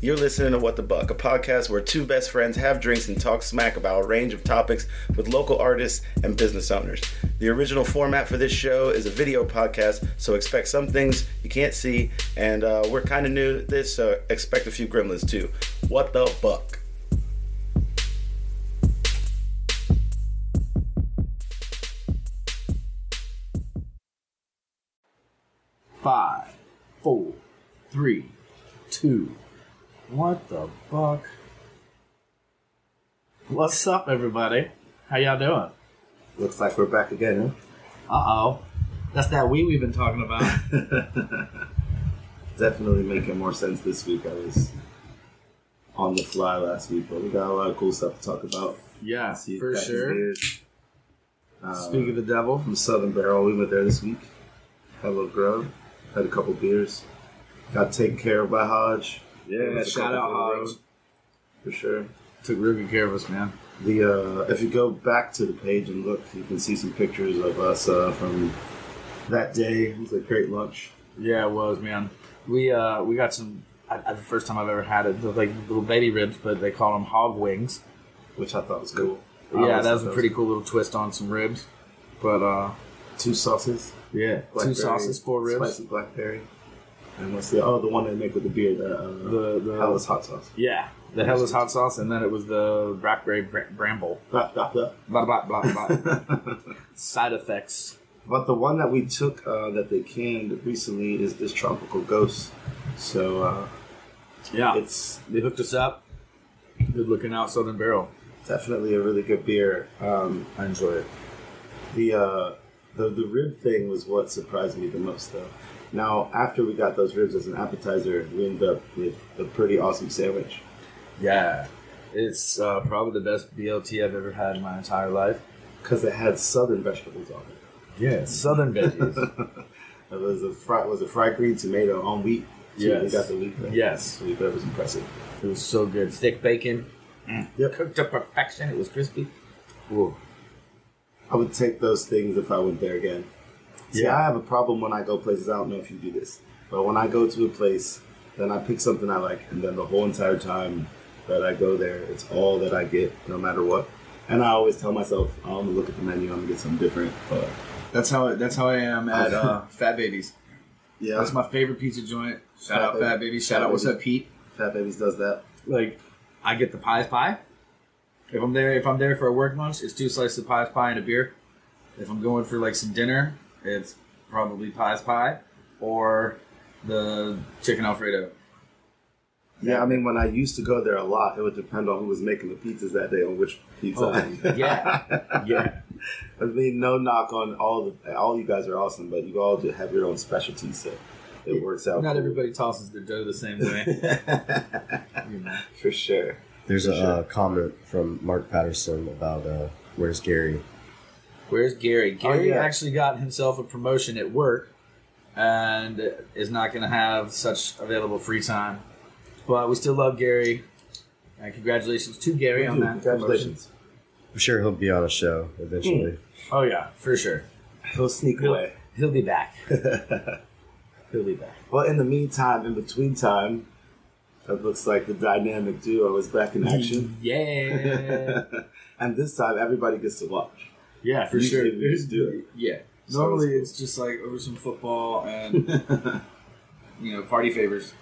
You're listening to What the Buck, a podcast where two best friends have drinks and talk smack about a range of topics with local artists and business owners. The original format for this show is a video podcast, so expect some things you can't see, and uh, we're kind of new to this, so expect a few gremlins too. What the Buck? Five, four, three, two. What the fuck? What's up, everybody? How y'all doing? Looks like we're back again, Uh oh, that's that we we've been talking about. huh? Definitely making more sense this week. I was on the fly last week, but we got a lot of cool stuff to talk about. yeah, See if for that is sure. it. Uh, Speak of the devil, from Southern Barrel, we went there this week. Had a little grub, had a couple beers, got taken care of by Hodge. Gave us a shout couple out for the Hodge. road, for sure. took real good care of us, man. The uh, if you go back to the page and look, you can see some pictures of us uh, from that day. It was a great lunch. Yeah, it was, man. We uh we got some. I, I, the first time I've ever had it, they're like little baby ribs, but they call them hog wings. which I thought was cool. I Yeah, always that thought was a pretty cool little twist on some ribs. But uh, Two sauces, yeah, two blackberry, sauces, four ribs. spicy blackberry, and what's the oh the one they make with the beer the uh, The the Hellas hot sauce. Yeah, the hell is hot sauce, and then it was the blackberry br- bramble. Blah, blah, blah. Blah blah blah blah. Side effects. But the one that we took uh, that they canned recently is this tropical ghost. So uh, Yeah, it's they hooked us up. Good looking out, Southern Barrel. definitely a really good beer. Um, I enjoy it. the uh, the the rib thing was what surprised me the most though. Now after we got those ribs as an appetizer, we ended up with a pretty awesome sandwich. Yeah, it's uh, probably the best BLT I've ever had in my entire life. because it had southern vegetables on it. Yeah, Southern veggies. It was a fried was a fried green tomato on wheat. So Yes. we got the wheat. there. yes, so we- that was impressive. it was so good. Thick bacon, Yep. Mm. cooked to perfection. It was crispy. Ooh. I would take those things if I went there again. See, Yeah. I have a problem when I go places. I don't know if you do this, but when I go to a place, then I pick something I like, and then the whole entire time that I go there, it's all that I get, no matter what. And I always tell myself, "Oh, I'm gonna look at the menu. I'm gonna get something different. But That's how that's how I am at uh, Fat Babies. yeah, That's my favorite pizza joint. Shout Fat out Baby. Fat Baby. Shout Fat out What's Baby. Up Pete. Fat Babies does that. Like I get the pie's pie. If I'm there, if I'm there for a work lunch, it's two slices of pie's pie and a beer. If I'm going for like some dinner, it's probably pie's pie or the chicken alfredo. Yeah, I mean, when I used to go there a lot, it would depend on who was making the pizzas that day on which pizza. Oh, yeah. Yeah, I mean, no knock on all the all you guys are awesome, but you all do have your own specialties, so it works out. not cool. everybody tosses their dough the same way. you know. For sure. There's For a sure. uh, comment from Mark Patterson about uh, where's Gary? Where's Gary? Gary Oh, yeah. actually got himself a promotion at work and is not going to have such available free time. But we still love Gary. And congratulations to Gary on Dude, that. congratulations. I'm sure he'll be on a show eventually. promotion. Oh, yeah, for sure. He'll sneak He'll, away. he'll be back. he'll be back. Well, in the meantime, in between time, it looks like the dynamic duo is back in action. Yeah. and this time, everybody gets to watch. yeah, for Usually sure. we just do it. Yeah. So Normally it's it's just like over some football and, you know, party favors.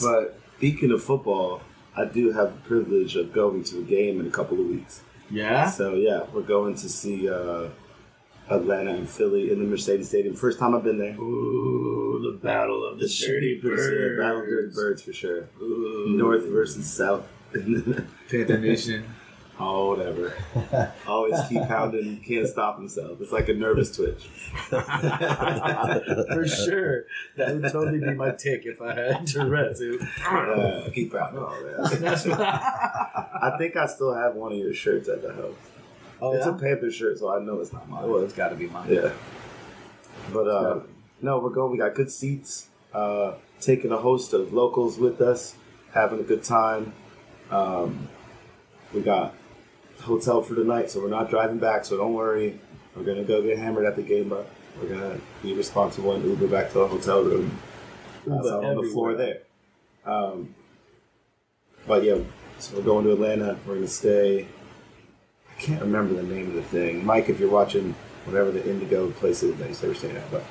But, Speaking of football, I do have the privilege of going to a game in a couple of weeks. yeah. So yeah, we're going to see uh, Atlanta and Philly in the Mercedes Stadium. First time I've been there. Ooh, the battle of It should be pretty soon. The Battle of Dirty Birds for sure. North versus South. Panther Nation. oh, whatever. Always keep pounding. Can't stop himself. It's like a nervous twitch. Hmm. For sure. That would totally be my tick if I had Tourette's. It would- Uh, keep pounding. Oh, man. I think I still have one of your shirts at the house. oh, it's yeah? a Panther shirt, so I know it's not mine. well, it's got to be mine. Yeah. But uh, no, we're going. We got good seats. Uh, taking a host of locals with us, having a good time. Um, we got hotel for the night, so we're not driving back. So don't worry, we're gonna go get hammered at the game bar. We're gonna be responsible and Uber back to the hotel room. That's Uber out on the floor everywhere. there. Um, But yeah, so we're going to Atlanta. We're gonna stay. I can't remember the name of the thing, Mike. If you're watching, whatever the Indigo place is that you say we're staying at, but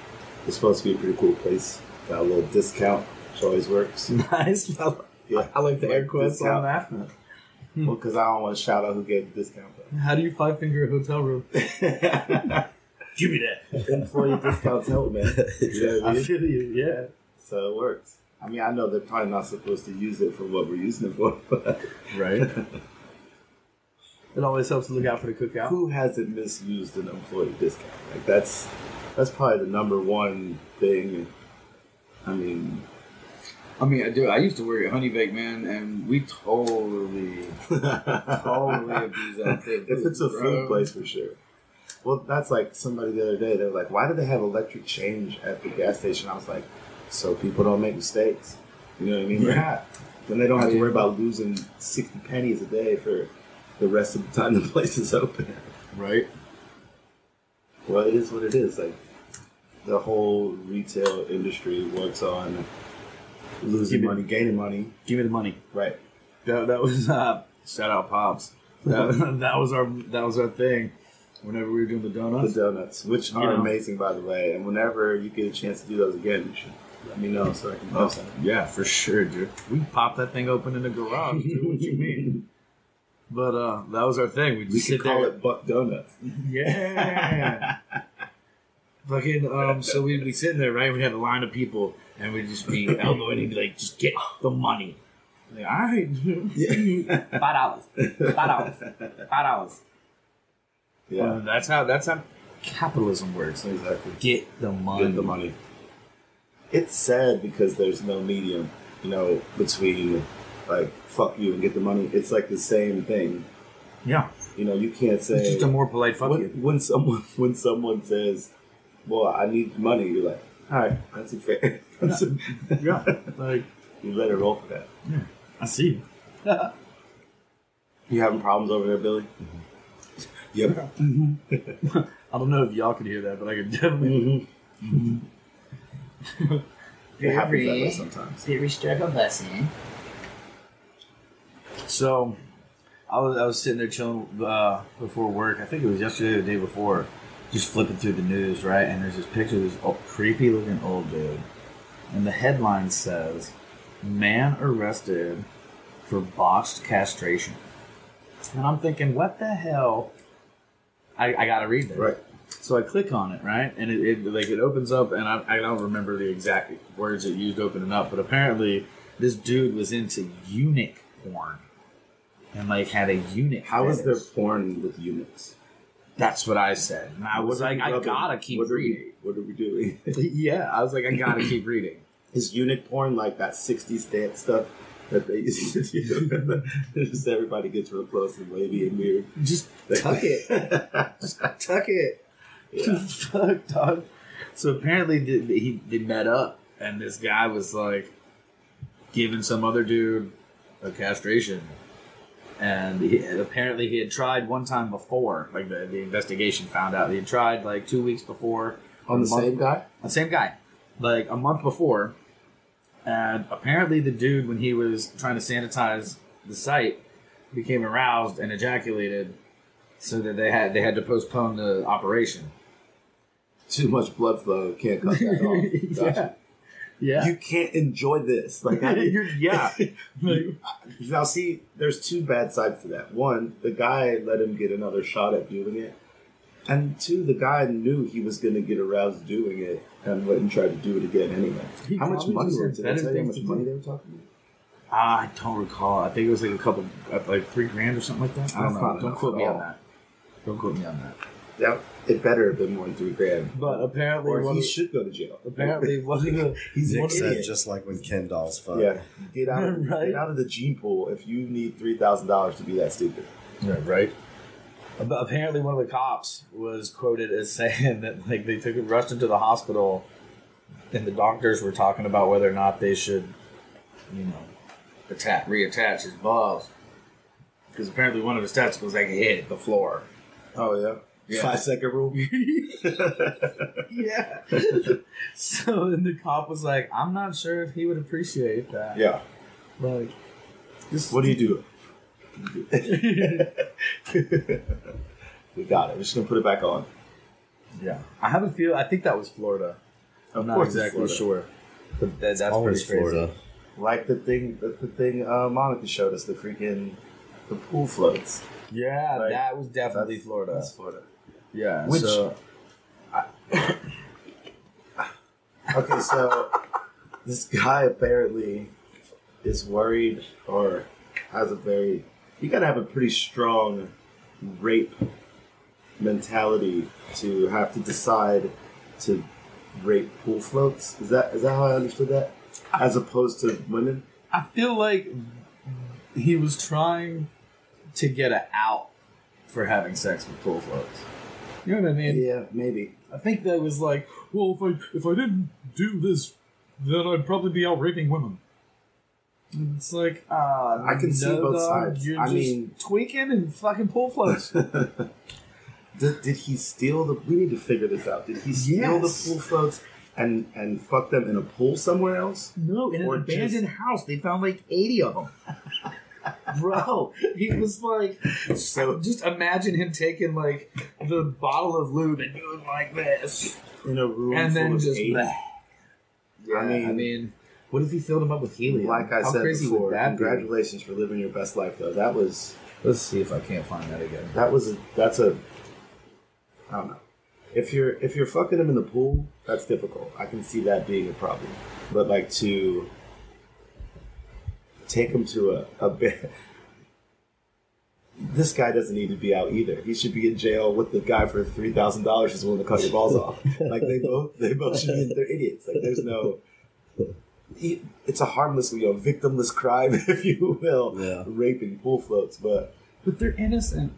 it's supposed to be a pretty cool place. Got a little discount, which always works. Nice. I Yeah, like the air quotes on discount. that. Well, because I don't want to shout out who gave the discount. But How do you five finger a hotel room? Give me that. employee discounts help, man. You know what I mean? feel you. Yeah. So it works. I mean, I know they're probably not supposed to use it for what we're using it for, but Right. it always helps to look out for the cookout. who hasn't misused an employee discount? Like that's that's probably the number one thing. I mean, I mean, I do. I used to work at Honey Bake Man, and we totally, totally abuse that. thing, if it's a bro. food place for sure. Well, that's like somebody the other day. They were like, "Why do they have electric change at the gas station?" I was like, "So people don't make mistakes." You know what I mean? Yeah. Yeah. Then they don't have to Yeah. worry about losing sixty pennies a day for the rest of the time the place is open. right? Well, it is what it is. Like the whole retail industry works on losing Give me- money, gaining money. Give me the money. Right. That, that was uh, shout out pops. That, that was our that was our thing. Whenever we were doing the The donuts, donuts, which You are know. amazing, by the way. And whenever you get a chance to do those again, you should let me know so I can post Oh, yeah, for sure, dude. We popped that thing open in the garage, dude. What you mean? But uh, that was our thing. We'd We just could sit call there. it Buck Donuts. Yeah. Fucking, um, so we'd be sitting there, right? We'd have a line of people, and we'd just be elbowing. He'd be like, just get the money. I'm Like, all right. dude." Five dollars. Five dollars. Five dollars. Yeah, And Uh, that's how, that's how capitalism works. Like, exactly. get the money. Get the money. It's sad because there's no medium, you know, between like fuck you and get the money. It's like the same thing. Yeah. You know, you can't say It's just a more polite fuck when, you. when someone when someone says, "Well, I need money," you're like, "All right, that's fair. That's a, Yeah. Like, you let it roll for that." I see. You having problems over there, Billy? Mm-hmm. Yep. I don't know if y'all could hear that, but I could definitely. Mm-hmm. It happens that way sometimes. Very struggle busing. So, I was I was sitting there chilling uh, before work. I think it was yesterday or the day before, just flipping through the news, right? And there's this picture of this old, creepy looking old dude, and the headline says, "Man arrested for botched castration." And I'm thinking, what the hell? I, I gotta read that. Right. So I click on it, right, and it, it like it opens up, and I, I don't remember the exact words it used opening up, but apparently this dude was into eunuch porn, and like had a eunuch. How is there fetish. porn with eunuchs? That's what I said, and I was What are like, we I rubbing? gotta keep what are we- reading. what are we doing? yeah, I was like, I gotta keep reading. is eunuch porn like that '60s dance stuff that they used to do? Just everybody gets real close and wavy and weird. Just tuck it. Just tuck it. Fuck, dog. So apparently, th- th- he they met up, and this guy was like giving some other dude a castration, and he, and apparently he had tried one time before. Like the, the investigation found out he had tried like two weeks before On the Month- same guy? the same guy, like a month before. And apparently, the dude, when he was trying to sanitize the site, became aroused and ejaculated, so that they had they had to postpone the operation. Too much blood flow can't cut that off. Gotcha. yeah, You can't enjoy this. Like I, You're- yeah. Like, Now, see, there's two bad sides to that. One, the guy let him get another shot at doing it. And two, the guy knew he was going to get aroused doing it and went and tried to do it again anyway. He how much probably money just were had did I better tell you how things much to money do. they were talking about? Ah, I don't recall. I think it was like a couple, uh, like three grand or something like that. I That's don't know. not enough Don't quote at me all. on that. Don't quote me on that. That, it better have been more than three grand. But apparently, Or one he of- should go to jail. apparently one of the he's an Nick said idiot. just like when Ken dolls fuck. yeah, get out, of, Right. get out of the gene pool if you need three thousand dollars to be that stupid. Yeah, right. Ab- Apparently, one of the cops was quoted as saying that like they took rushed into the hospital, and the doctors were talking about whether or not they should, you know, attach reattach his balls, because apparently one of his testicles like hit the floor. Oh yeah, Yeah. five second rule. Yeah. so then the cop was like, "I'm not sure if he would appreciate that." yeah, Like, This, What do you do? we got it. We're just gonna put it back on. yeah, I have a feel. I think that was Florida. I'm not course it's exactly Florida. sure, but that, that's Always pretty crazy. Florida. Like the thing, the, the thing uh, Monica showed us, the freaking the pool floats. Yeah, Like, that was definitely That's- Florida. That's Florida. yeah, Which- so Okay, so this guy apparently is worried or has a very you gotta have a pretty strong rape mentality to have to decide to rape pool floats. Is that is that how I understood that? As opposed to women? I feel like he was trying to get an out for having sex with pool floats. You know what I mean? Yeah, maybe. I think that was like, well, if I if I didn't do this, then I'd probably be out raping women. And It's like uh, I can see both dog, sides. You're I just mean- tweaking and fucking pull floats. Did, did he steal the we need to figure this out. Did he steal Yes. the pool floats and and fuck them in a pool somewhere else? no, in Or an abandoned house, they found like eighty of them. Bro, he was like, So- just imagine him taking like the bottle of lube and doing like this, In a room and full then of just. eight? bleh. Yeah, I mean, mean- what if he filled him up with helium? Like I How said crazy before, would that be? congratulations for living your best life. Though that was Let's see if I can't find that again. that was a, that's a I don't know. If you're if you're fucking him in the pool, that's difficult. I can see that being a problem. But like to take him to a, a bit. This guy doesn't need to be out either. He should be in jail with the guy for three thousand dollars who's willing to cut your balls off. Like they both, they both should be. They're idiots. Like there's no. he- It's a harmless, you know, victimless crime, if you will, Yeah. raping pool floats. But But they're innocent.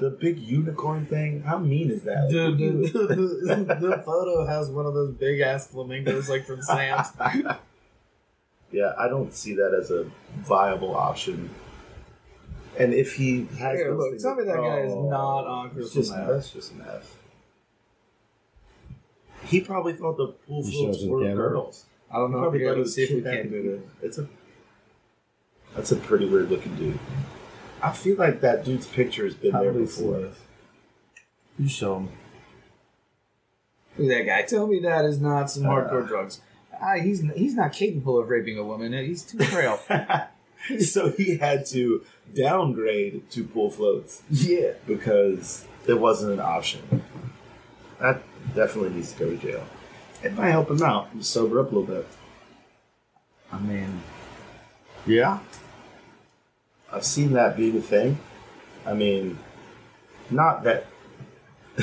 the big unicorn thing, how mean is that? Like, The, what do you- the, the photo has one of those big ass flamingos like from Sam's. Yeah, I don't see that as a viable option. And if he has, Here, those look, things- tell me that guy is not on it's Crystal just- Meth. That's just an F. He probably thought the pool You floats shows him were camera? girls. I don't know. Probably Here, thought he let's was see if we kidnapping can do people. It's a. That's a pretty weird looking dude. I feel like that dude's picture has been there Probably before. You show him. that. Look at that guy. Tell me that is not some hardcore drugs. Ah, he's he's not capable of raping a woman. He's too frail. so he had to downgrade to pool floats. yeah. because there wasn't an option. That definitely needs to go to jail. It might help him out and sober up a little bit. I mean, yeah. I've seen that be the thing. I mean, not that.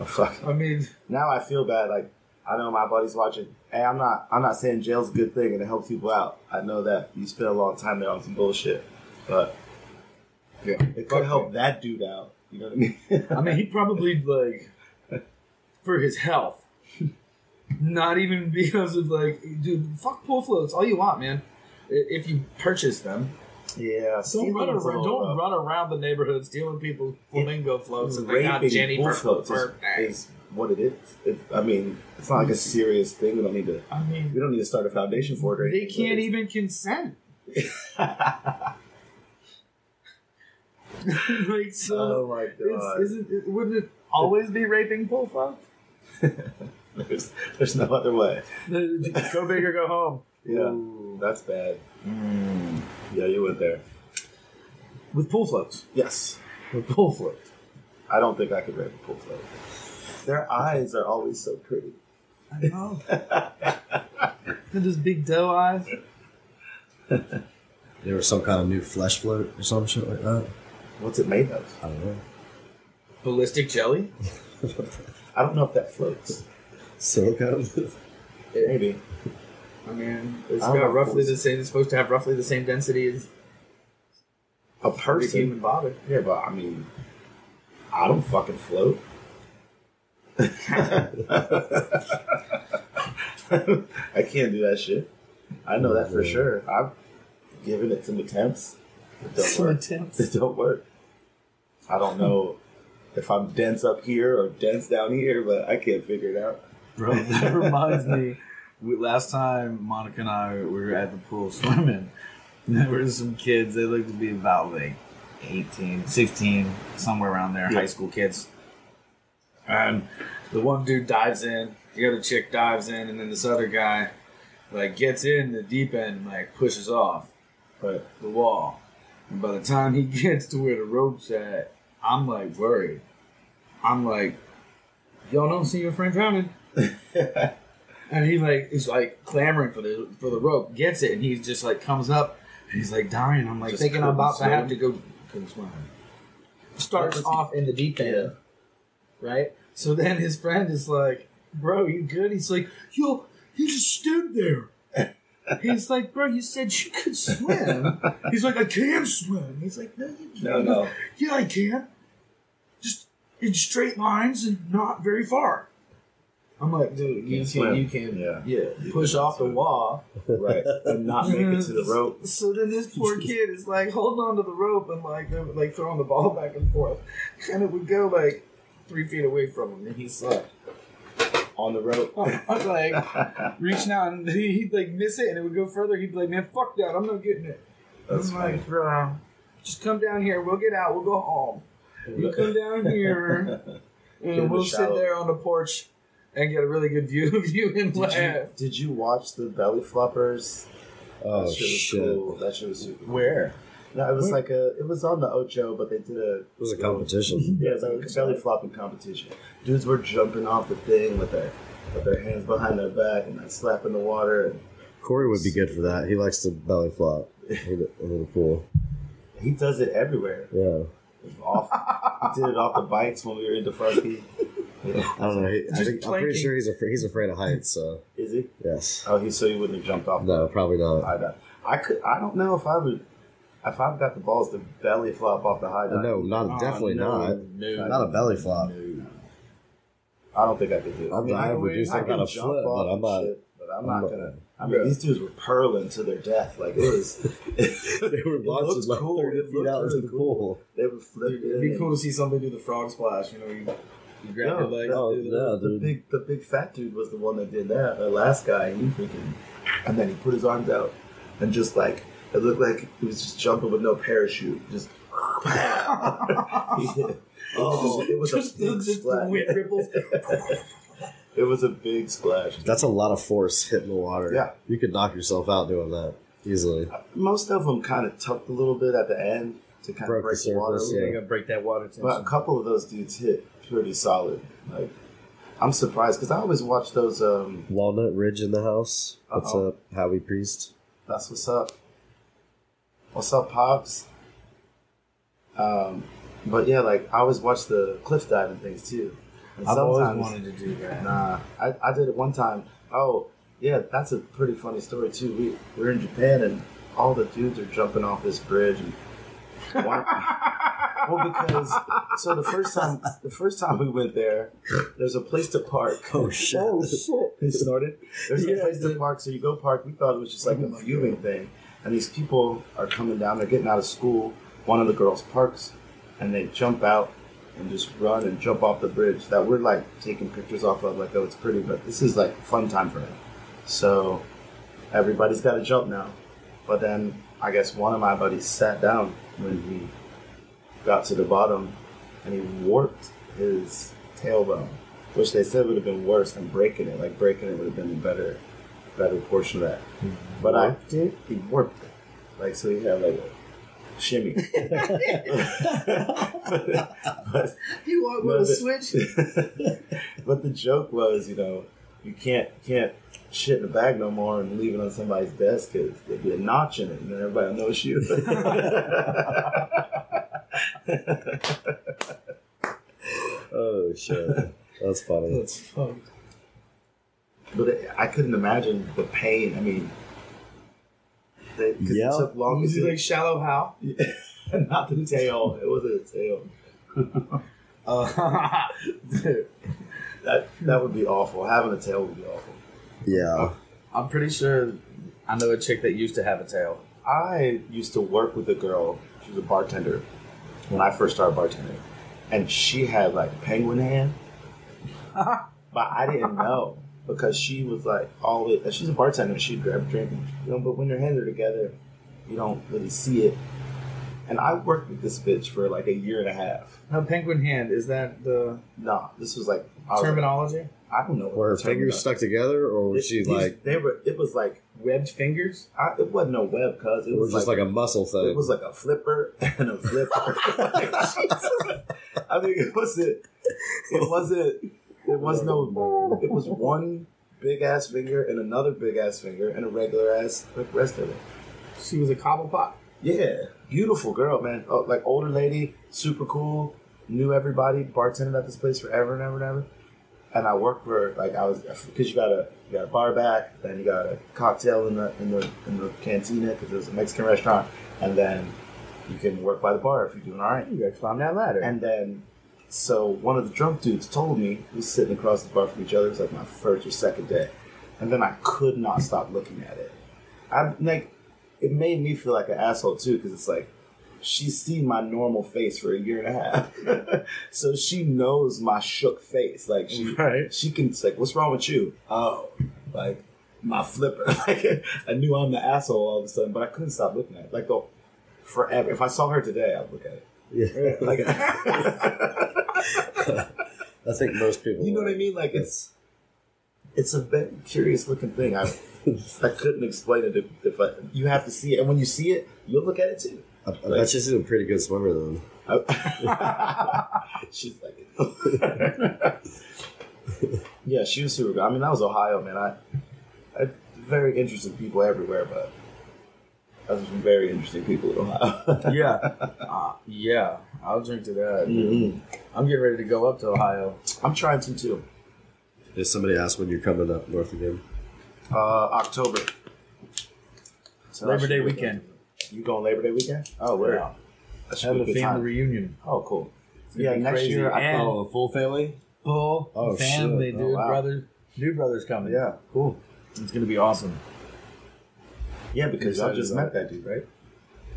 oh fuck! I mean, Now I feel bad. Like I know my buddy's watching. Hey, I'm not. I'm not saying jail's a good thing and it helps people out. I know that you spend a long time there on some bullshit, but yeah. it could help that dude out. You know what I mean? I mean, he probably like for his health. Not even because of like, dude, fuck pool floats all you want, man. I- If you purchase them, yeah. don't stealing's run a around, little rough. don't run around the neighborhood stealing people's flamingo floats and they got raping Jenny bull for floats is, for- is what it is. It, I mean, it's not like a serious thing. We don't need to. I We mean, don't need to start a foundation for it. Or they anything, can't but even consent. like it's- Oh so, my it's, god! isn't it, wouldn't it always be raping pool floats? there's, there's no other way. go big or go home. Yeah, Mm. that's bad. Yeah, you went there. With pool floats, Yes, with pool floats. I don't think I could rape a pool float. Their eyes are always so pretty. I know. and those big doe eyes. There was some kind of new flesh float or some shit like that. What's it made of? I don't know. Ballistic jelly. I don't know if that floats. Silicone. Maybe. I mean, it's I don't got know. roughly the same. It's supposed to have roughly the same density as A the human person. body. Yeah, but I mean, I don't fucking float. I can't do that shit. I know that for sure. I've given it some attempts. It don't Some work. attempts. It don't work. I don't know if I'm dense up here or dense down here, but I can't figure it out. Bro, that reminds me we, last time Monica and I were at the pool swimming, and there were some kids. They looked to be about like 18, 16, somewhere around there, high school kids. And the one dude dives in, the other chick dives in, and then this other guy like gets in the deep end and like pushes off but the wall. And by the time he gets to where the rope's at, I'm like worried. I'm like, y'all don't see your friend drowning. and he like is like clamoring for the for the rope, gets it, and he just like comes up and he's like dying. I'm like Just thinking I'm about to couldn't have to swim. go couldn't swim. Starts off in the deep end. Right? So then his friend is like, Bro, you good? He's like, Yo, he just stood there. He's like, bro, you said you could swim. He's like, I can swim. He's like, no, you can't. No, no. Yeah, I can. Just in straight lines and not very far. I'm like, dude, you, swim. can, you can, Yeah. yeah, push off the wall. Right. And not make it to the rope. So then this poor kid is like holding onto the rope and like they're, like throwing the ball back and forth, and it would go like three feet away from him, and he sucked. On the rope. I'm like reaching out and he- he'd like miss it and it would go further. He'd be like, man, fuck that. I'm not getting it. That's I'm funny. like, bro, just come down here. We'll get out. We'll go home. You come down here him a and we'll sit shower. there on the porch and get a really good view of you and Did you, laugh. did you watch the Belly Floppers? Oh that shit was shit! cool. That shit was super. cool. Where? No, it was like a. It was on the Ocho, but they did a. It was a competition. Yeah, it's like a belly flopping competition. Dudes were jumping off the thing with their with their hands behind their back and like slapping the water. And Corey would be good for that. He likes to belly flop into into the pool. he does it everywhere. Yeah. Off, he did it off the bikes when we were in Defrosty. Yeah. I don't know. He, I Just think, I'm pretty planking. sure he's afraid, he's afraid of heights. So Is he? yes. Oh, he so he wouldn't have jumped off. No, probably not. high dive. I could. I don't know if I would. If I've got the balls to belly flop off the high dive. No, not definitely no, not. Oh, No. Not a belly flop. No. I don't think I could do it. I mean, I would do I something can on a jump flip, off but I'm and not. shit, but I'm I'm not not- gonna. I mean, Yeah. these dudes were purling to their death. Like it was. They were It looked launching like cool. It 30 looked feet out into really the cool. pool. They were flipping. It'd be cool to see somebody do the frog splash. You know, you, you grab No, your legs. Oh do the- no, The dude! big, the big fat dude was the one that did that. The last guy, and he freaking, and then he put his arms out and just like it looked like he was just jumping with no parachute. Just. oh, it was Just a big the, just the splash. wind ripples. It was a big splash. That's a lot of force hitting the water. Yeah. you could knock yourself out doing that easily. Most of them kind of tucked a little bit at the end to kind of Broke break the the water. a surface, little yeah. They gotta break that water tension. But a couple of those dudes hit pretty solid. Like, I'm surprised because I always watch those. Um, Walnut Ridge in the house. What's Uh-oh. up, Howie Priest? that's what's up. What's up, pops? Um, but yeah, like I always watch the cliff diving things too. And I've always sometimes- wanted to do that. Nah, I, I did it one time. Oh, yeah, that's a pretty funny story too. We we're in Japan and all the dudes are jumping off this bridge and one, well because so the first time the first time we went there, there's a place to park. Oh shit! He snorted. There's Yeah, a place to park, so you go park. We thought it was just like a viewing thing, and these people are coming down. They're getting out of school. One of the girls parks, and they jump out and just run and jump off the bridge that we're like taking pictures off of. Like, oh, it's pretty, but this is like fun time for them. So everybody's got to jump now. But then I guess one of my buddies sat down when he got to the bottom, and he warped his tailbone, which they said would have been worse than breaking it. Like breaking it would have been the better, better portion of that. But I did. He warped Mm-hmm. it. Like so, he had like a shimmy. but, You want No, with a but- switch? but the joke was, you know, you can't you can't shit in a bag no more and leave it on somebody's desk because there'd be a notch in it, and then everybody will know it's you. Oh shit! That's funny. That's fucked. But it, I couldn't imagine the pain. I mean, they, 'cause Yeah. it took long Was to he like shallow how? not the tail. It wasn't a tail. Uh, dude, That that would be awful. Having a tail would be awful. Yeah. I'm pretty sure I know a chick that used to have a tail. I used to work with a girl. She was a bartender when I first started bartending, and she had like penguin hand, but I didn't know. because she was like always. and She's a bartender. and She'd grab a drink, you know. But when your hands are together, you don't really see it. And I worked with this bitch for like a year and a half. Now, penguin hand is that the Nah, this was like I was- terminology? I don't know. what Were her the term fingers was. stuck together, or was It- she these- like, they were? It was like Webbed fingers. I, it wasn't no web, cause it or was just like, a muscle thing? It was like a flipper and a flipper. I mean, it wasn't. It wasn't. It was no. It was one big ass finger and another big ass finger and a regular ass the rest of it. She was a cobblepot. Yeah, beautiful girl, man. Oh, like older lady, super cool. Knew everybody. Bartended at this place forever and ever and ever. And I worked for like I was because you got a you got a bar back, then you got a cocktail in the in the in the cantina because it was a Mexican restaurant, and then you can work by the bar if you're doing all right. You gotta climb that ladder. And then, so one of the drunk dudes told me, we was sitting across the bar from each other, it was like my first or second day. And then I could not stop looking at it. I like, it made me feel like an asshole too, because it's like, she's seen my normal face for a year and a half. so she knows my shook face. Like, she, Right. she can, it's like, what's wrong with you? Oh, like, my flipper. Like, I knew I'm the asshole all of a sudden, but I couldn't stop looking at it. Like, the, forever. If I saw her today, I'd look at it. yeah. Like, I think most people. you know would. what I mean? Like it's it's a bit curious looking thing. I I couldn't explain it if, if I, you have to see it, and when you see it, you'll look at it too. I, I bet she's a pretty good swimmer then. I- She's like, yeah, she was super. good. I mean, that was Ohio, man. I, I very interesting people everywhere, but I was some very interesting people in Ohio. yeah, uh, yeah. I'll drink to that. Mhm. I'm getting ready to go up to Ohio. I'm trying to too. If somebody asked when you're coming up north again, Uh, October. So I Labor should Day be- weekend. You going Labor Day weekend? Oh, where? Yeah. That should Have be a good family time. reunion. Oh, cool. gonna Yeah, be next crazy. year. I, And- a full family. Full Oh, shit. family, Oh, dude. wow. Brother, new brother's coming. yeah, cool. it's gonna be awesome. Yeah, because I Excited just met about that dude, right?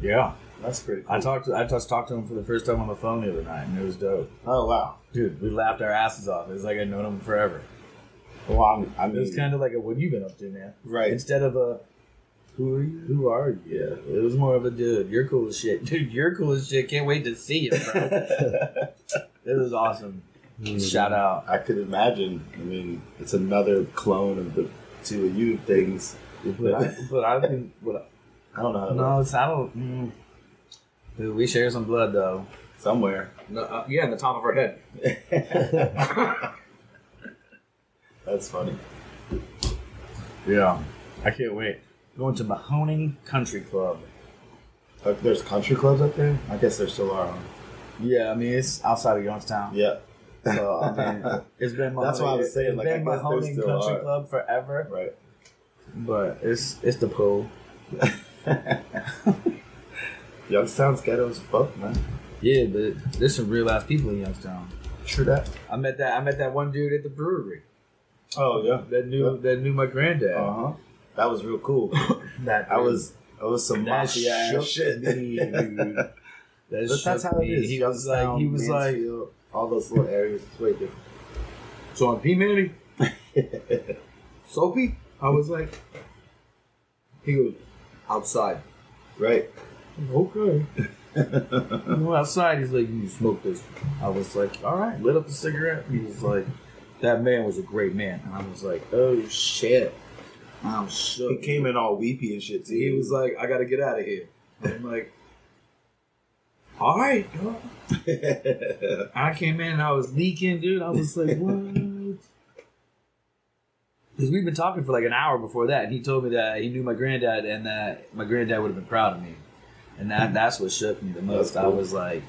Yeah, That's pretty cool. I talked. To, I just talked to him for the first time on the phone the other night, and it was dope. oh wow. Dude, we laughed our asses off. It was like I'd known him forever. Well, I'm, I It mean, was kind of like a "What you been up to, man?" Right. Instead of a "Who are you? Who are you?" Yeah, it was more of a "Dude, you're cool as shit. Dude, you're cool as shit. Can't wait to see you, bro." it was awesome. Hmm. Shout out. I could imagine. I mean, it's another clone of the two of you things. But I, but I think What? I don't know. How to- no, it's, I don't. Mm, dude, we share some blood though. Somewhere. No, uh, yeah, in the top of our head. That's funny. Yeah, I can't wait. Going to Mahoning Country Club. Like, Uh, there's country clubs up there. I guess there still are. huh? Yeah, I mean it's outside of Youngstown. Yeah. So I mean, it's been Mahoning, That's what I was saying, it's like, been I guess they Mahoning still Country are. Club forever, Right. but it's it's the pool. Youngstown's ghetto as fuck, man. Yeah, but there's some real ass people in Youngstown. True that. I met that I met that one dude at the brewery Oh yeah. that knew that knew my granddad. Uh huh. That was real cool. That I was. I was some that mafia shook ass shit. me, dude. That But that's shook how it me. is. He was like, he was like, like, all those little areas is way different. So on P Manny, Soapy, I was like, he goes outside. Right. Okay. well, outside, he's like, you smoke this. I was like, all right, lit up a cigarette. He was like, that man was a great man. And I was like, oh shit, I'm shook. He came in all weepy and shit too. He was like, I gotta get out of here. I'm like, all right. dog." I came in and I was leaking, dude. I was like, what? Because we've been talking for like an hour before that, and he told me that he knew my granddad and that my granddad would have been proud of me. And that that's what shook me the most. I cool. was like,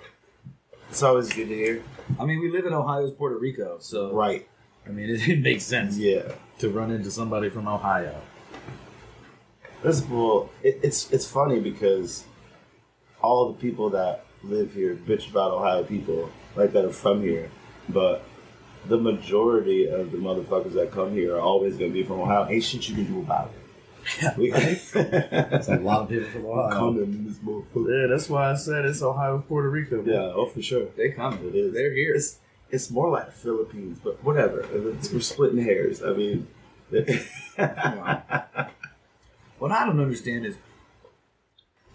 it's always good to hear. I mean, we live in Ohio's Puerto Rico, so Right. I mean, it, it makes sense Yeah. to run into somebody from Ohio. This bull. It, it's it's funny because all the people that live here bitch about Ohio people like that are from here, but the majority of the motherfuckers that come here are always gonna be from Ohio. Ain't shit you can do about it. We That's a lot of people from Ohio. coming in this motherfucker. Yeah, that's why I said it's Ohio's Puerto Rico. Yeah, oh for sure. They come. It is. They're here. It's, It's more like Philippines, but whatever. It's- we're splitting hairs. I mean, What I don't understand is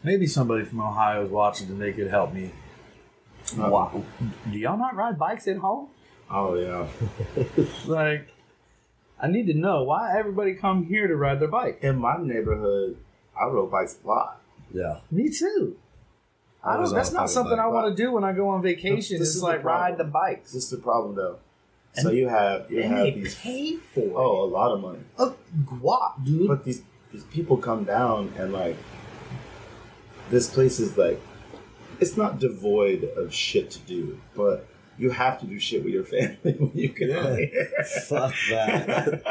maybe somebody from Ohio is watching and they could help me. Wow. Uh, Do y'all not ride bikes at home? oh yeah. Like, I need to know why everybody come here to ride their bike. In my neighborhood, I rode bikes a lot. Yeah. Me too. I was don't, on that's a not fucking something bike I want ride. to do when I go on vacation. This It's is the like ride the problem. bikes. This is the problem though. So you have you and have they these pay for oh a lot of money, a guap, dude. but these these people come down and like this place is like it's not devoid of shit to do, but you have to do shit with your family when you get out here. Fuck that.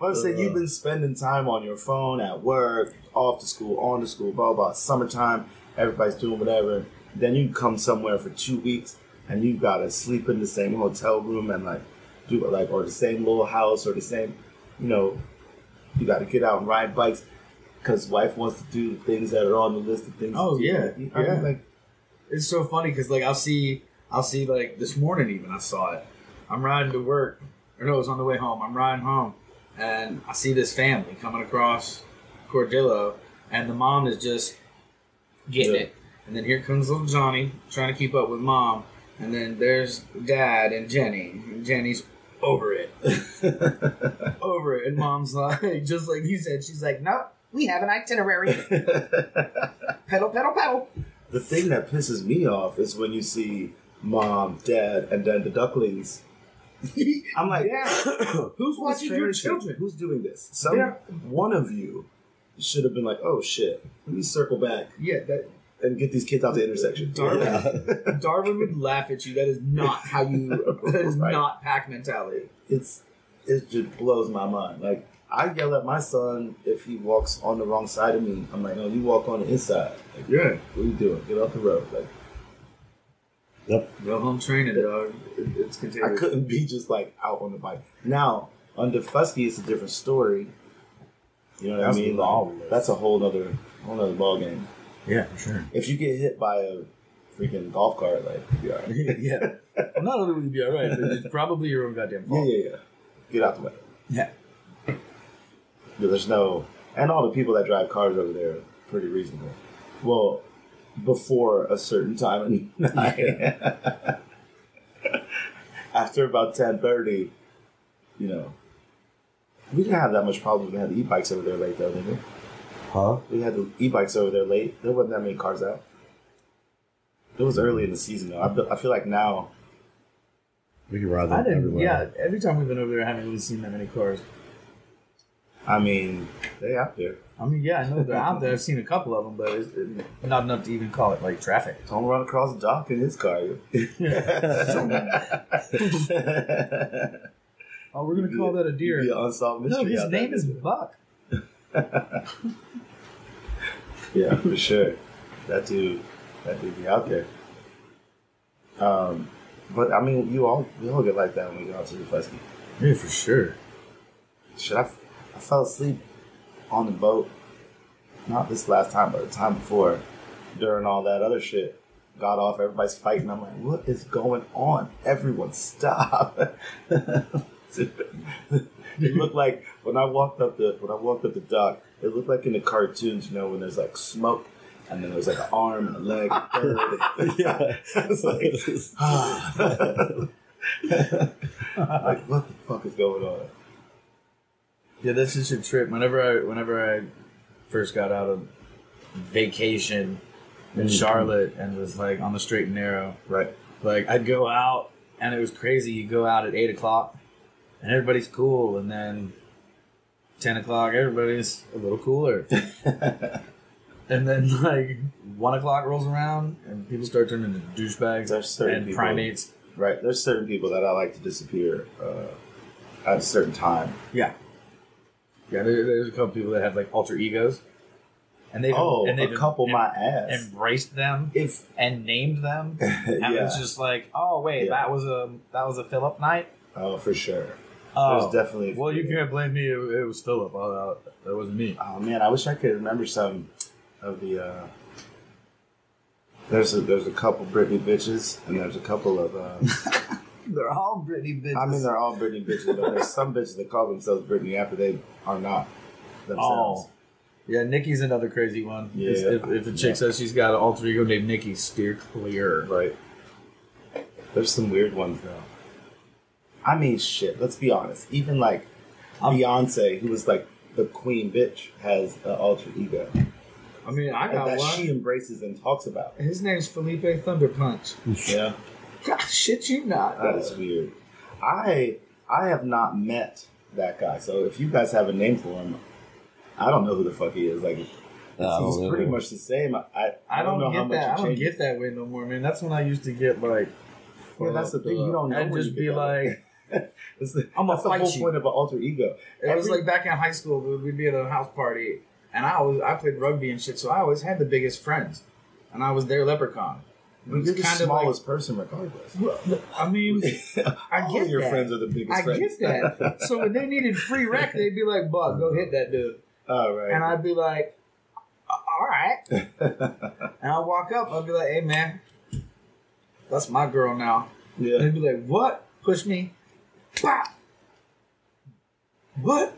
But I'm saying Uh. you've been spending time on your phone at work, off to school, on to school, blah blah. Summertime, everybody's doing whatever. Then you come somewhere for two weeks, and you gotta sleep in the same hotel room and like do like or the same little house or the same, you know. You gotta get out and ride bikes because wife wants to do the things that are on the list of things. to Oh, do. yeah, I mean, yeah. like It's so funny because like I'll see, I'll see like this morning even I saw it. I'm riding to work, or no, it was on the way home. I'm riding home, and I see this family coming across Cordillo, and the mom is just getting Yeah. it. And then here comes little Johnny trying to keep up with mom, and then there's dad and Jenny, and Jenny's over it, over it, and mom's like, just like you said, she's like, nope, we have an itinerary, pedal, pedal, pedal. The thing that pisses me off is when you see mom, dad, and then the ducklings. I'm like, Yeah. Who's watching your parents- children? Who's doing this? Some Yeah. one of you should have been like, "Oh shit, let me circle back Yeah, that and get these kids out the intersection." Darwin, Darwin would laugh at you. That is not how you. That is Right. not pack mentality. It's it just blows my mind. Like I yell at my son if he walks on the wrong side of me. I'm like, "No, you walk on the inside. Like, Yeah, what are you doing? Get off the road!" Like Yep. go home training, dog. It- It's I contagious. couldn't be just like out on the bike. Now under Fusky, it's a different story. You know what That's I mean? lawless. that's a whole other whole other ball game. Yeah, for sure. If you get hit by a freaking golf cart, like you are. yeah. Well, not only would you be all right, but it's probably your own goddamn Yeah, fault. yeah, yeah. Get out the way. Yeah. Yeah, There's no, and all the people that drive cars over there are pretty reasonable. Well, before a certain time at night, after about ten thirty, you know, we didn't have that much problem. We had the e-bikes over there late though, didn't we? Huh? We had the e-bikes over there late. There wasn't that many cars out. It was early in the season though. I, be- I feel like now We can ride I them didn't. everywhere. Yeah, every time we've been over there, I haven't really seen that many cars. I mean, they out there. I mean, yeah, I know they're out there. I've seen a couple of them, but it's it's not enough to even call it like traffic. Don't run across the dock in his car. Oh, we're gonna call that a deer. Be an unsolved No, mystery. his out there. name is Buck. Yeah, for sure. That dude, that dude be out there. Um, but I mean, you all, we all get like that when we go out to the festival. Yeah, for sure. Should I? I fell asleep on the boat. Not this last time, but the time before, during all that other shit. Got off, everybody's fighting. I'm like, what is going on? Everyone, stop! it looked like when I walked up the when I walked up the dock. It looked like in the cartoons, you know, when there's like smoke, and then there's like an arm and a leg. yeah, it's like, like what the fuck is going on? Yeah, that's just a trip. Whenever I whenever I first got out of vacation Mm-hmm. in Charlotte and was like on the straight and narrow, Right. like I'd go out and it was crazy. You go out at eight o'clock and everybody's cool, and then ten o'clock everybody's a little cooler, and then like one o'clock rolls around and people start turning into douchebags There's certain and people- primates. Right. There's certain people that I like to disappear uh, at a certain time. Yeah. Yeah, there, there's a couple people that have like alter egos, and they've Oh, and they've a couple em- my ass. embraced them if and named them. And yeah. it's just like, oh wait, Yeah. that was a that was a Philip night. oh, for sure. Oh, There's definitely. well, you can't blame me. It, it was Philip. Oh, that, that wasn't me. Oh man, I wish I could remember some of the. Uh, there's a, there's a couple Britney bitches, and there's a couple of uh, They're all Britney bitches. I mean, uh, they're all Britney bitches, but there's some bitches that call themselves Britney after they are not themselves. Oh. Yeah, Nikki's another crazy one. Yeah. If, if- if a chick Yeah. says she's got an alter ego named Nikki, steer clear. Right. There's some weird ones though. I mean, shit. Let's be honest. Even like I'm- Beyonce, who was like the queen bitch, has an alter ego and I mean, I got that one. she embraces and talks about. His name's Felipe Thunderpunch. Yeah, God, shit, you not. that is weird. I I have not met that guy, so if you guys have a name for him, I don't know who the fuck he is. Like, I don't he's know. pretty much the same. I I, I don't, know get how much that. it I don't changes. get that way no more, man. That's when I used to get like. Yeah, that's the thing. You don't know. I'd when you just be get that. like, That's the, I'ma that's the fight whole you. point of an alter ego. it was Every- like back in high school, dude. We'd be at a house party, and I always I played rugby and shit, so I always had the biggest friends, and I was their leprechaun. It But was you're the kind of smallest person, regardless. Like, I mean, I All get your that. friends are the biggest I friends. get that. So when they needed free rec, they'd be like, "Buck, go hit that dude," All right. and I'd be like, "All right." And I walk up, I'd be like, "Hey, man, that's my girl now." And yeah. they'd be like, "What?" Push me. Pop. What?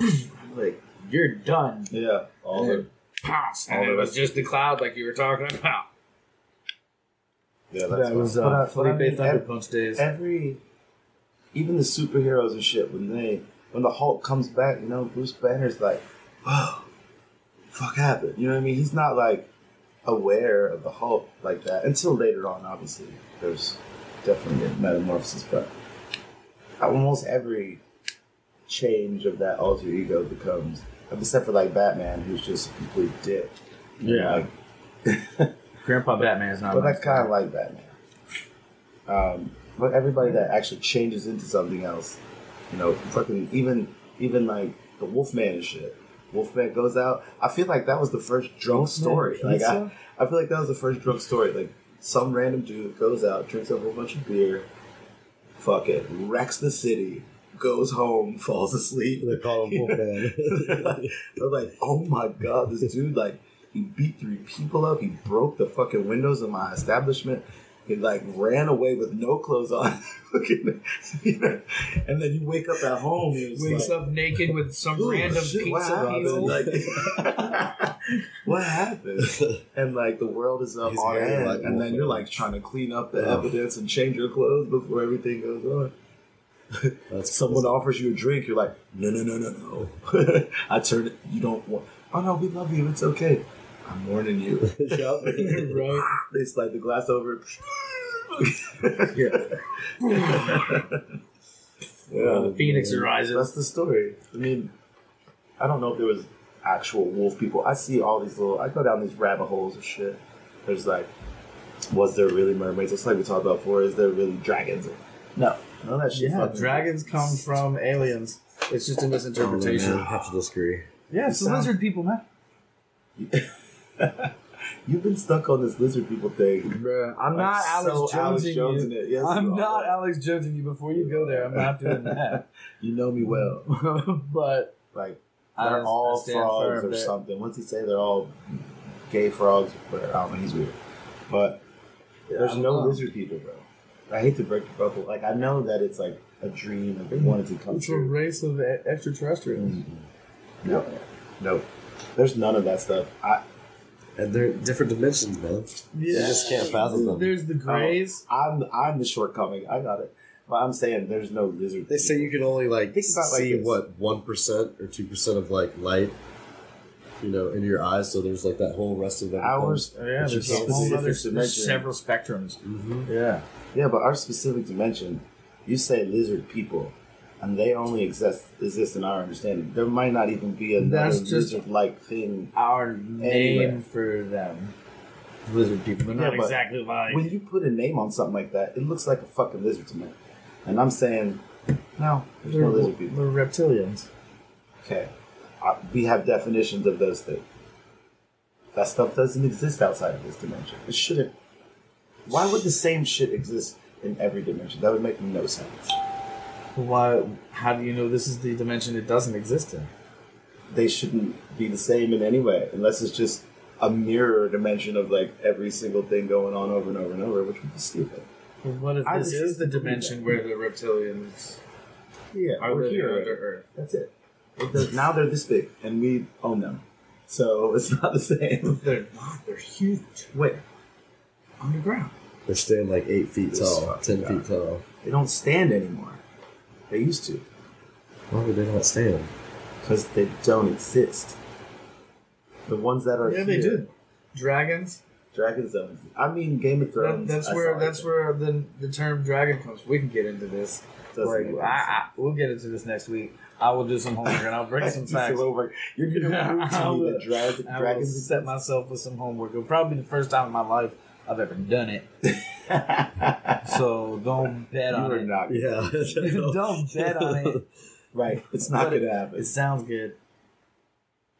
I'm like, you're done. Yeah. All And the, then pounce. all And the it was rest- just the cloud like you were talking about. yeah, that's uh, right. But I- but I mean, ev- days. every even the superheroes and shit when they when the Hulk comes back, you know, Bruce Banner's like, "Whoa, fuck happened?" You know what I mean? He's not like aware of the Hulk like that until later on. Obviously, there's definitely a metamorphosis, but almost every change of that alter ego becomes, except for like Batman, who's just a complete dick. Like, Grandpa Batman's not. but I kind of like Batman. Um, but everybody that actually changes into something else, you know, fucking even even like the Wolfman and shit. Wolfman goes out. I feel like that was the first drunk story. Like I, pizza? I feel like that was the first drunk story. Like some random dude goes out, drinks a whole bunch of beer, fuck it, wrecks the city, goes home, falls asleep. They call him Wolfman. I was like, oh my god, this dude like he beat three people up. He broke the fucking windows of my establishment. He like ran away with no clothes on. Fucking- and then you wake up at home. And it's wakes like, up naked with some "Ooh, random shit, what pizza happened? peel. Like, what happened? And like the world is up His on hair, end, like, and then you're like trying to clean up the evidence and change your clothes before everything goes on. That's someone offers you a drink, you're like, no, no, no, no, no. I turn it. You don't want. Oh no, we love you. It's okay. I'm warning you. right. they slide the glass over. yeah. Phoenix That's arises. the story. I mean, I don't know if there was actual wolf people. I see all these little. I go down these rabbit holes of shit. There's like, was there really mermaids? It's like we talked about before. Is there really dragons? No, none of that shit. Yeah, fucking- dragons come from aliens. It's just a misinterpretation. I have to disagree. yeah, it's the Sounds- lizard people, man. You've been stuck on this lizard people thing. Bruh, I'm Like, not Alex so Alex Jonesing Jones in you. it. Yes, you I'm are. not Alex Jonesing you. Before you go there, I'm not doing that. You know me well. but Like I they're don't- all I stand frogs firm or there. something. What's he say? They're all gay frogs. But I don't know. He's weird. But I there's don't no know. lizard people, bro. I hate to break the bubble. Like I know that it's like a dream of wanted to come Mm-hmm. it's a true. race of e- extraterrestrials. No, no. There's none of that stuff. I And they're different dimensions, man. You just can't fathom them. There's the grays. I'm I'm the shortcoming. I got it. But I'm saying there's no lizard. They say you can only like Think about it like see this. what one percent or two percent of like light, you know, into your eyes. So there's like that whole rest of everything. Ours, Oh, yeah, It's there's just a whole specific other. There's dimension. several spectrums. hmm Yeah, Yeah, but our specific dimension, you say lizard people, and they only exist exist in our understanding. There might not even be another That's just- lizard like thing. our Anywhere. name for them, lizard people. They're Yeah, not but exactly like. When you put a name on something like that, it looks like a fucking lizard to me. And I'm saying, no, there's They're, no lizard people. they're reptilians. Okay, uh, we have definitions of those things. That stuff doesn't exist outside of this dimension. It shouldn't. Why would the same shit exist in every dimension? That would make no sense. Why? How do you know this is the dimension it doesn't exist in? they shouldn't be the same in any way, unless it's just a mirror dimension of like every single thing going on over and over and over, which would be stupid. And What if I this refuse is the to do dimension where the reptilians Yeah, are we're living here. under Earth. That's it. It does- now they're this big, and we own them, so it's not the same. They're not. They're huge Wait, underground. They're staying like eight feet This tall, fucking ten guy. feet tall. they don't stand anymore. They used to, Why would they not stand? because they don't exist. The ones that are Yeah, they here- do. Dragons. Dragons don't. Exist. I mean, Game of That, Thrones. that's I where saw that's it. where the the term dragon comes. We can get into this. Doesn't Like, make any I, I, we'll get into this next week. I will do some homework and I'll bring sense. some You said facts. over. You're I gonna prove to me will- that dragons, I will dragons set myself with some homework. It'll probably be the first time in my life I've ever done it. exist. So don't bet you on are it. not Yeah. don't bet on it. right. It's not But gonna happen. It sounds good.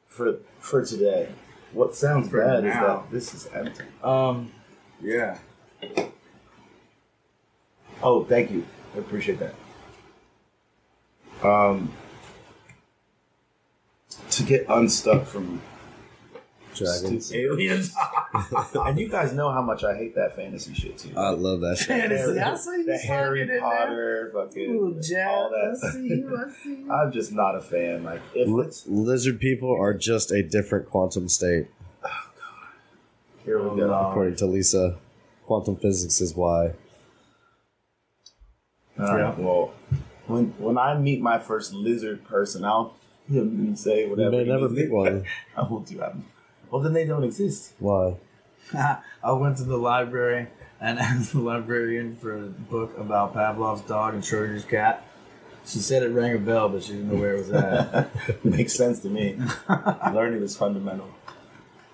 for for today. What sounds For bad now. is that this is empty. Um, yeah. Oh, thank you. I appreciate that. Um, to get unstuck from Dragons. stupid aliens, and you guys know how much I hate that fantasy shit too. I love that shit. Uh, Fantasy. I see you the sucking Harry it in Potter, fucking Ooh, Jack, all I that. see you. I see you. I'm just not a fan. Like if Li- it's Lizard people are just a different quantum state, here we go. according to Lisa. Quantum physics is why. All right, Yeah. Well, when when I meet my first lizard person, I'll he'll even say You whatever. he may never needs meet to- one. I won't do that. Well, then they don't exist. Why? I went to the library and asked the librarian for a book about Pavlov's dog and Schrodinger's cat. She said it rang a bell, but she didn't know where it was at. Makes sense to me. Learning is fundamental.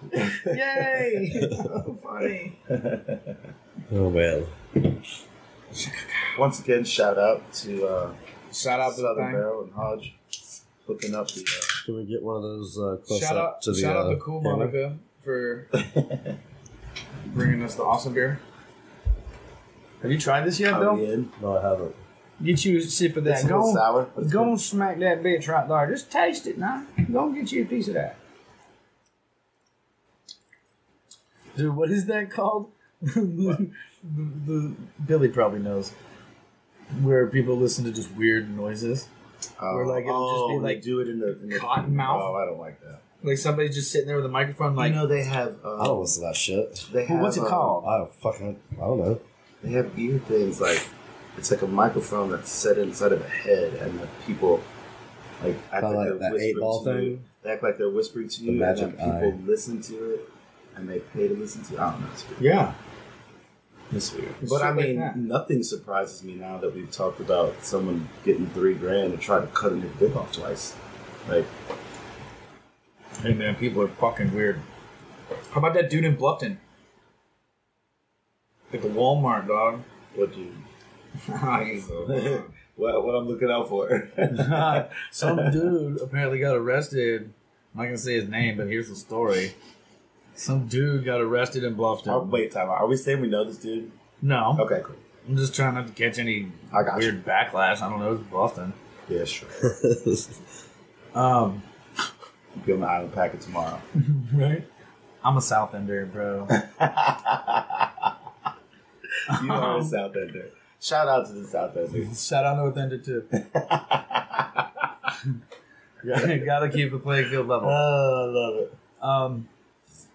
Yay! So funny. Oh man. Once again, shout out to uh, Shout out to the Southern thing. Barrel and Hodge hooking up the. Uh, Can we get one of those uh, close Shout up out, to the shout out uh, to Cool camera? Monica for bringing us the awesome beer. Have you tried this yet, Bill? Onion. No, I haven't. Get you Oh, a sip of It's that. a little Go, on- sour. but it's go good. and smack that bitch right there. Just taste it, now. Go and get you a piece of that. Dude, what is that called? the, the- Billy probably knows. Where people listen to just weird noises. Oh, we're like, it'll just be oh, they like do it in the, in the cotton mouth. Oh, I don't like that. Like somebody's just sitting there with a microphone, Like, like, you know they have. Um, I don't listen to that shit. they well, have what's it um, called? I fucking I don't know. They have ear things like it's like a microphone that's set inside of a head, and the people like act Kinda like they're that whispering eight ball to you. thing? They act like they're whispering to you, and then magic people eye. listen to it, and they pay to listen to it. I don't know. It's weird. yeah. It's weird. It's but I shit like mean, that. nothing surprises me now that we've talked about someone getting three grand to try to cut a nigga dick off twice. Like, Hey man, people are fucking weird. How about that dude in Bluffton? At the Walmart, dog. what do you? He's a- What, what I'm looking out for? Some dude apparently got arrested. I'm not gonna say his name, but here's the story. Some dude got arrested in Bluffton. Oh, wait, time out. Are we saying we know this dude? No, Okay, cool. I'm just trying not to catch any I got weird backlash. I don't know. It's Bluffton. Yeah, sure. Um, Be on the island packet tomorrow. right? I'm a Southender, bro. You are a South Ender. Shout out to the South Ender. Shout out North Ender too. gotta, gotta keep the playing field Oh, level. I love it. Um,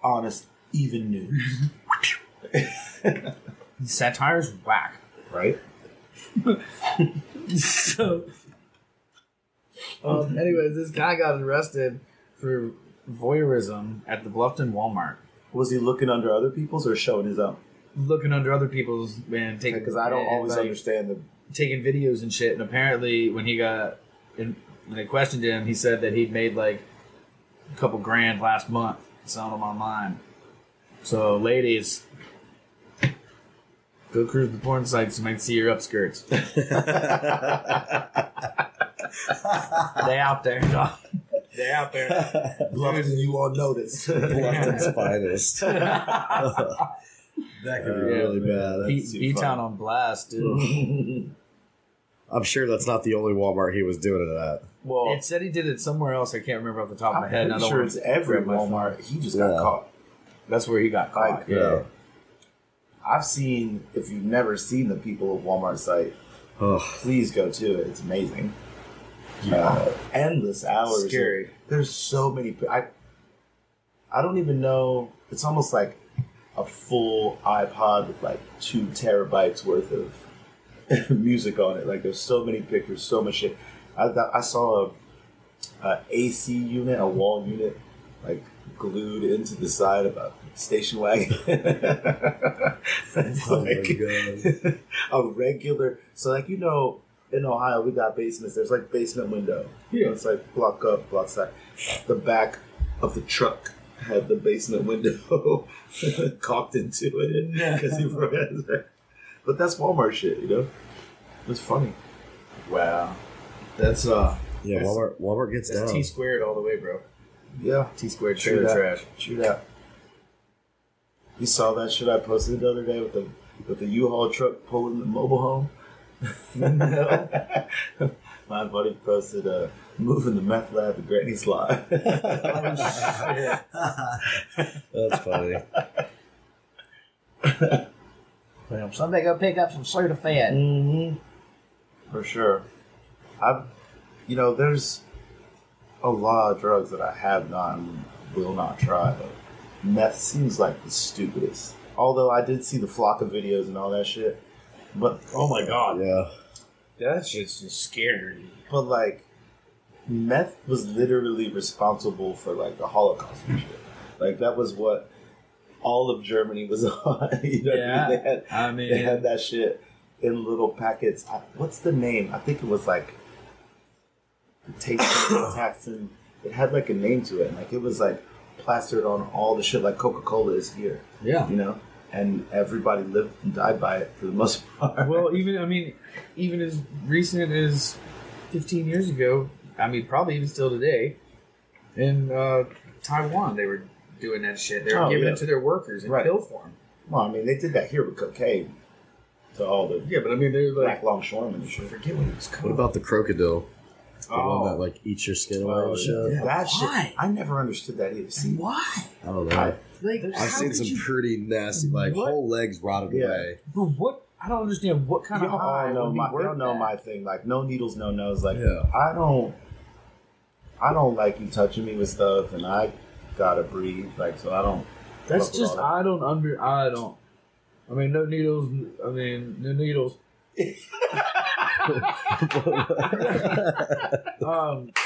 Honest, even news. satire's whack. Right? so, um, anyways, this guy got arrested for voyeurism at the Bluffton Walmart, Was he looking under other people's or showing his own? looking under other people's and taking Because I don't and, always like, understand the. taking videos and shit. And apparently, when he got and when they questioned him, he said that he'd made like a couple grand last month selling them online. So, ladies. Go cruise the porn sites. You might see your upskirts. they out there, dog. They out there. Bluffing you on notice. Bluffton's finest. that could be Yeah, really bad. B That's too Town funny. on blast, dude. I'm sure that's not the only Walmart he was doing it at. well, it said he did it somewhere else. I can't remember off the top of my I'm head. and I pretty don't sure wanna- it's every Walmart. Walmart. He just got Yeah. caught. That's where he got caught. Like, yeah. Yeah. I've seen, if you've never seen the People of Walmart site, Oh, please go to it. It's amazing. yeah. Uh, endless hours. of- Scary. there's so many. pi- I I don't even know. It's almost like a full iPod with like two terabytes worth of music on it. Like there's so many pictures, so much shit. I th- I saw a, a AC unit, a wall unit, like glued into the side of a station wagon. It's Oh my like- God. a regular. So like you know, in Ohio we got basements. There's like basement window. Yeah. It's like block up, block side. The back of the truck had the basement window caulked into it because he forgot. But that's Walmart shit, you know. It's funny. Wow. That's uh yeah, Walmart. Walmart gets that's down. T squared all the way, bro. Yeah, T squared True trailer that. trash. chew that. You saw that shit I posted the other day with the with the U-Haul truck pulling the mobile home. My buddy posted uh, moving the meth lab to Granny's lot. That's funny. Well, somebody go pick up some Sudafed. Mm-hmm. For sure. I've, you know, there's a lot of drugs that I have not and will not try, but meth seems like the stupidest. Although I did see the flock of videos and all that shit. But, oh my god. Yeah. That shit. It's just scary. But, like, meth was literally responsible for, like, the Holocaust and shit. Like, that was what all of Germany was on. you know what I mean? Yeah. They had- I mean they had that shit in little packets. I, what's the name? I think it was like Tasting Taxon. It had like a name to it, and like it was like plastered on all the shit. Like Coca Cola is here, Yeah. you know, and everybody lived and died by it for the most part. Well even I mean even as recent as fifteen years ago, I mean probably even still today, in uh Taiwan they were doing that shit. They were Oh, giving yeah. it to their workers in Right. pill form. well, I mean, they did that here with cocaine to all the Yeah, but I mean they're black like longshoremen and I shit. forget what it was called. What about the crocodile? The one oh, that like eats your skin away Oh, and shit. yeah. That Why? shit, I never understood that either. See, Why? I don't know. I- Like, how I've seen could some you- pretty nasty, like What? whole legs rotted Yeah. away. But what? I don't understand what kind of y'all high all know would be my y'all worth know that. my thing. Like no needles, no nose. Like Yeah. I don't, I don't like you touching me with stuff, and I gotta breathe. Like so, I don't. That's fuck with just all I don't under I don't. I mean, no needles. I mean, no needles. Um, that.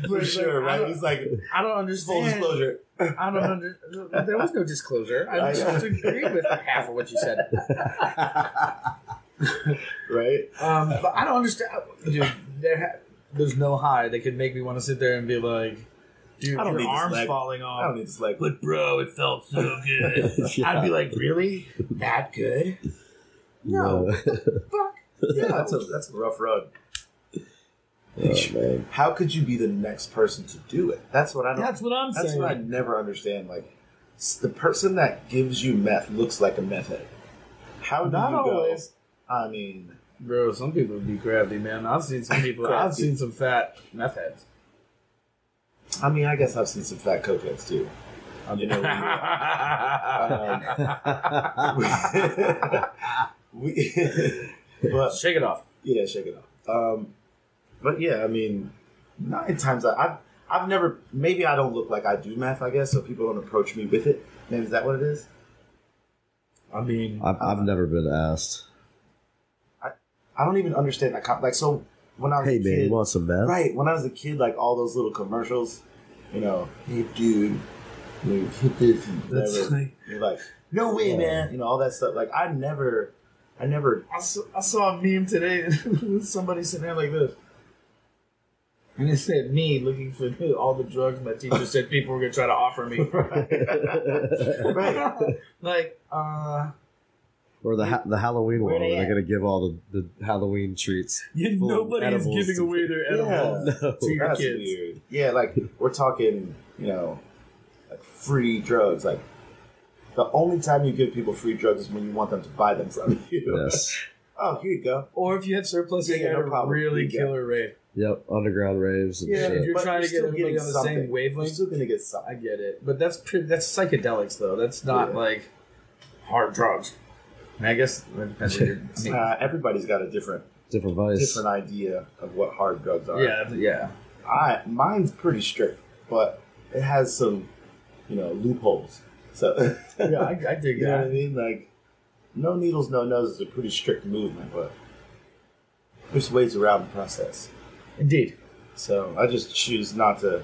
but, like, I don't, He's like I don't understand. disclosure. I don't under. There was no disclosure. I just agreed with half of what you said. Right? Um, but I don't understand, dude. There, ha- there's no high that could make me want to sit there and be like, dude, I don't your need this arms leg. falling I don't off. need this like. But bro, it felt so good. I'd Yeah. be like, really? That good? No. Fuck. Yeah, that's a that's a rough road. Oh, man. How could you be the next person to do it? That's what I don't. That's what I'm That's saying. what I never understand. Like, s- the person that gives you meth looks like a meth head. How do Not you always. go? I mean, Bro, some people be crafty, man. I've seen some people. I've Crafty. seen some fat meth heads. I mean, I guess I've seen some fat cokeheads too. You know, Uh, we, but Shake it off. yeah, shake it off. Um, but yeah, I mean, nine times I, I've I've never maybe I don't look like I do math. I guess so people don't approach me with it. Maybe is that what it is? I mean, I've, I've never been asked. I don't even understand that. Con- like so when I was Hey a man, kid, you want some meth? Right. When I was a kid, like all those little commercials, you know, hey dude, you hit this and That's whatever. like- You're like, no way, man. You know, all that stuff. Like I never, I never. I saw, I saw a meme today with somebody sitting there like this. And it said me looking for all the drugs my teacher said people were going to try to offer me. Right. like, uh, Or the ha- the Halloween Where one? they Where they're at? gonna give all the, the Halloween treats. you, Full nobody is edibles. giving away their edibles No. to your That's kids. weird. Yeah, like we're talking, you know, like free drugs. Like the only time you give people free drugs is when you want them to buy them from you. Yes. Oh, here you go. Or if you had surplus, Yeah, you had no a problem. really You got it. killer rave. Yep, underground raves and Yeah, shit. you're But trying to get still everybody getting on the same something. wavelength. You're still gonna get I something. get it, but that's pre- that's psychedelics though. That's not Yeah. like hard drugs. And I guess it depends what you're- I mean, Uh, everybody's got a different Different vice. different idea of what hard drugs are. yeah, yeah. I mine's pretty strict, but it has some, you know, loopholes. So Yeah, I, I dig you know what I that. mean? Like, no needles, no nose is a pretty strict movement, but there's ways around the process. Indeed. So I just choose not to,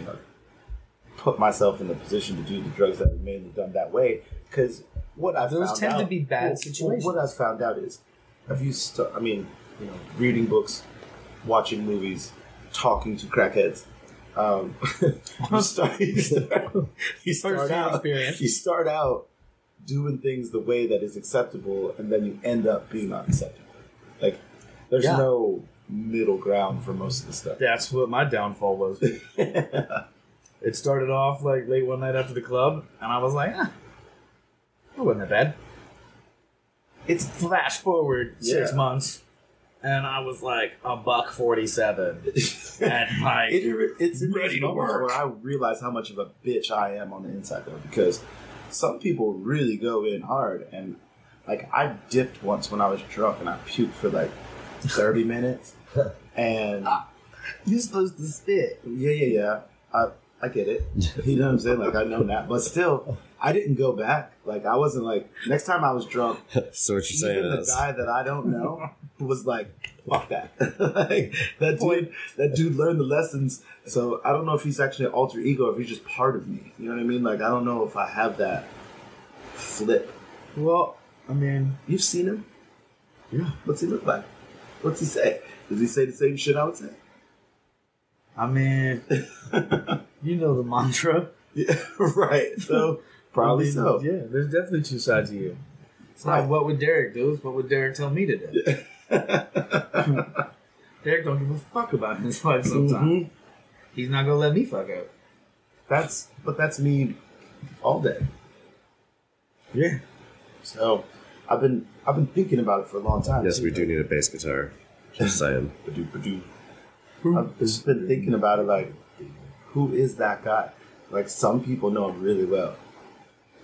you know, put myself in the position to do the drugs that are mainly done that way. Because what I Those found tend to out- be bad well, well, situations. What I found out is, if you, st- I mean, you know, reading books, watching movies, talking to crackheads. Um, you start, you start, you start First-hand out, experience. you start out doing things the way that is acceptable, and then you end up being unacceptable. Like, there's Yeah. no middle ground for most of the stuff. That's what my downfall was. it started off like late one night after the club, and I was like, ah, it wasn't that bad. It's flash forward six Yeah. months, and I was like a buck forty-seven, and like It, it's in Ready these to moments work. Where I realize how much of a bitch I am on the inside, though, because some people really go in hard, and like I dipped once when I was drunk, and I puked for like thirty minutes, and Ah. you're supposed to spit. yeah, yeah, yeah, I I get it. You know what I'm saying? Like I know that, but still, I didn't go back. Like I wasn't like next time I was drunk, so what you're saying even the is, guy that I don't know was like, "Fuck that!" like that dude. That dude learned the lessons. So I don't know if he's actually an alter ego, or if he's just part of me. You know what I mean? Like I don't know if I have that flip. Well, I mean, You've seen him. Yeah. What's he look like? What's he say? Does he say the same shit I would say? I mean, you know the mantra. Yeah. right. So probably so. Yeah, there's definitely two sides of you. It's Right. not what would Derek do, it's what would Derek tell me to do. Derek don't give a fuck about his life sometimes. Mhm. He's not gonna let me fuck up. That's but that's me all day. Yeah. So I've been I've been thinking about it for a long time. yes, too, we though. do need a bass guitar. Just saying. Ba-doo, ba-doo. I've just been thinking about it like, who is that guy? Like, some people know him really well.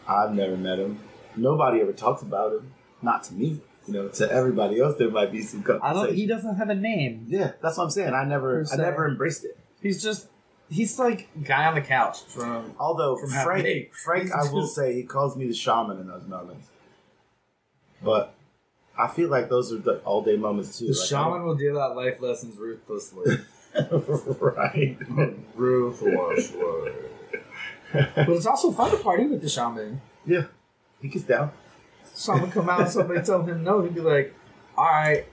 I've never met him. Nobody ever talks about him. Not to me. You know, to everybody else, there might be some I conversation. don't he doesn't have a name. yeah, that's what I'm saying. I never, Per I se. never embraced it. He's just he's like guy on the couch from Although From half Frank, eight. Frank, I will say he calls me the shaman in those moments. But I feel like those are the all day moments too. The Like, I shaman will deal out life lessons ruthlessly. don't- right? ruthlessly. but it's also fun to party with the shaman. yeah, he gets down. Someone come out and somebody tell him no, he'd be like, "All right,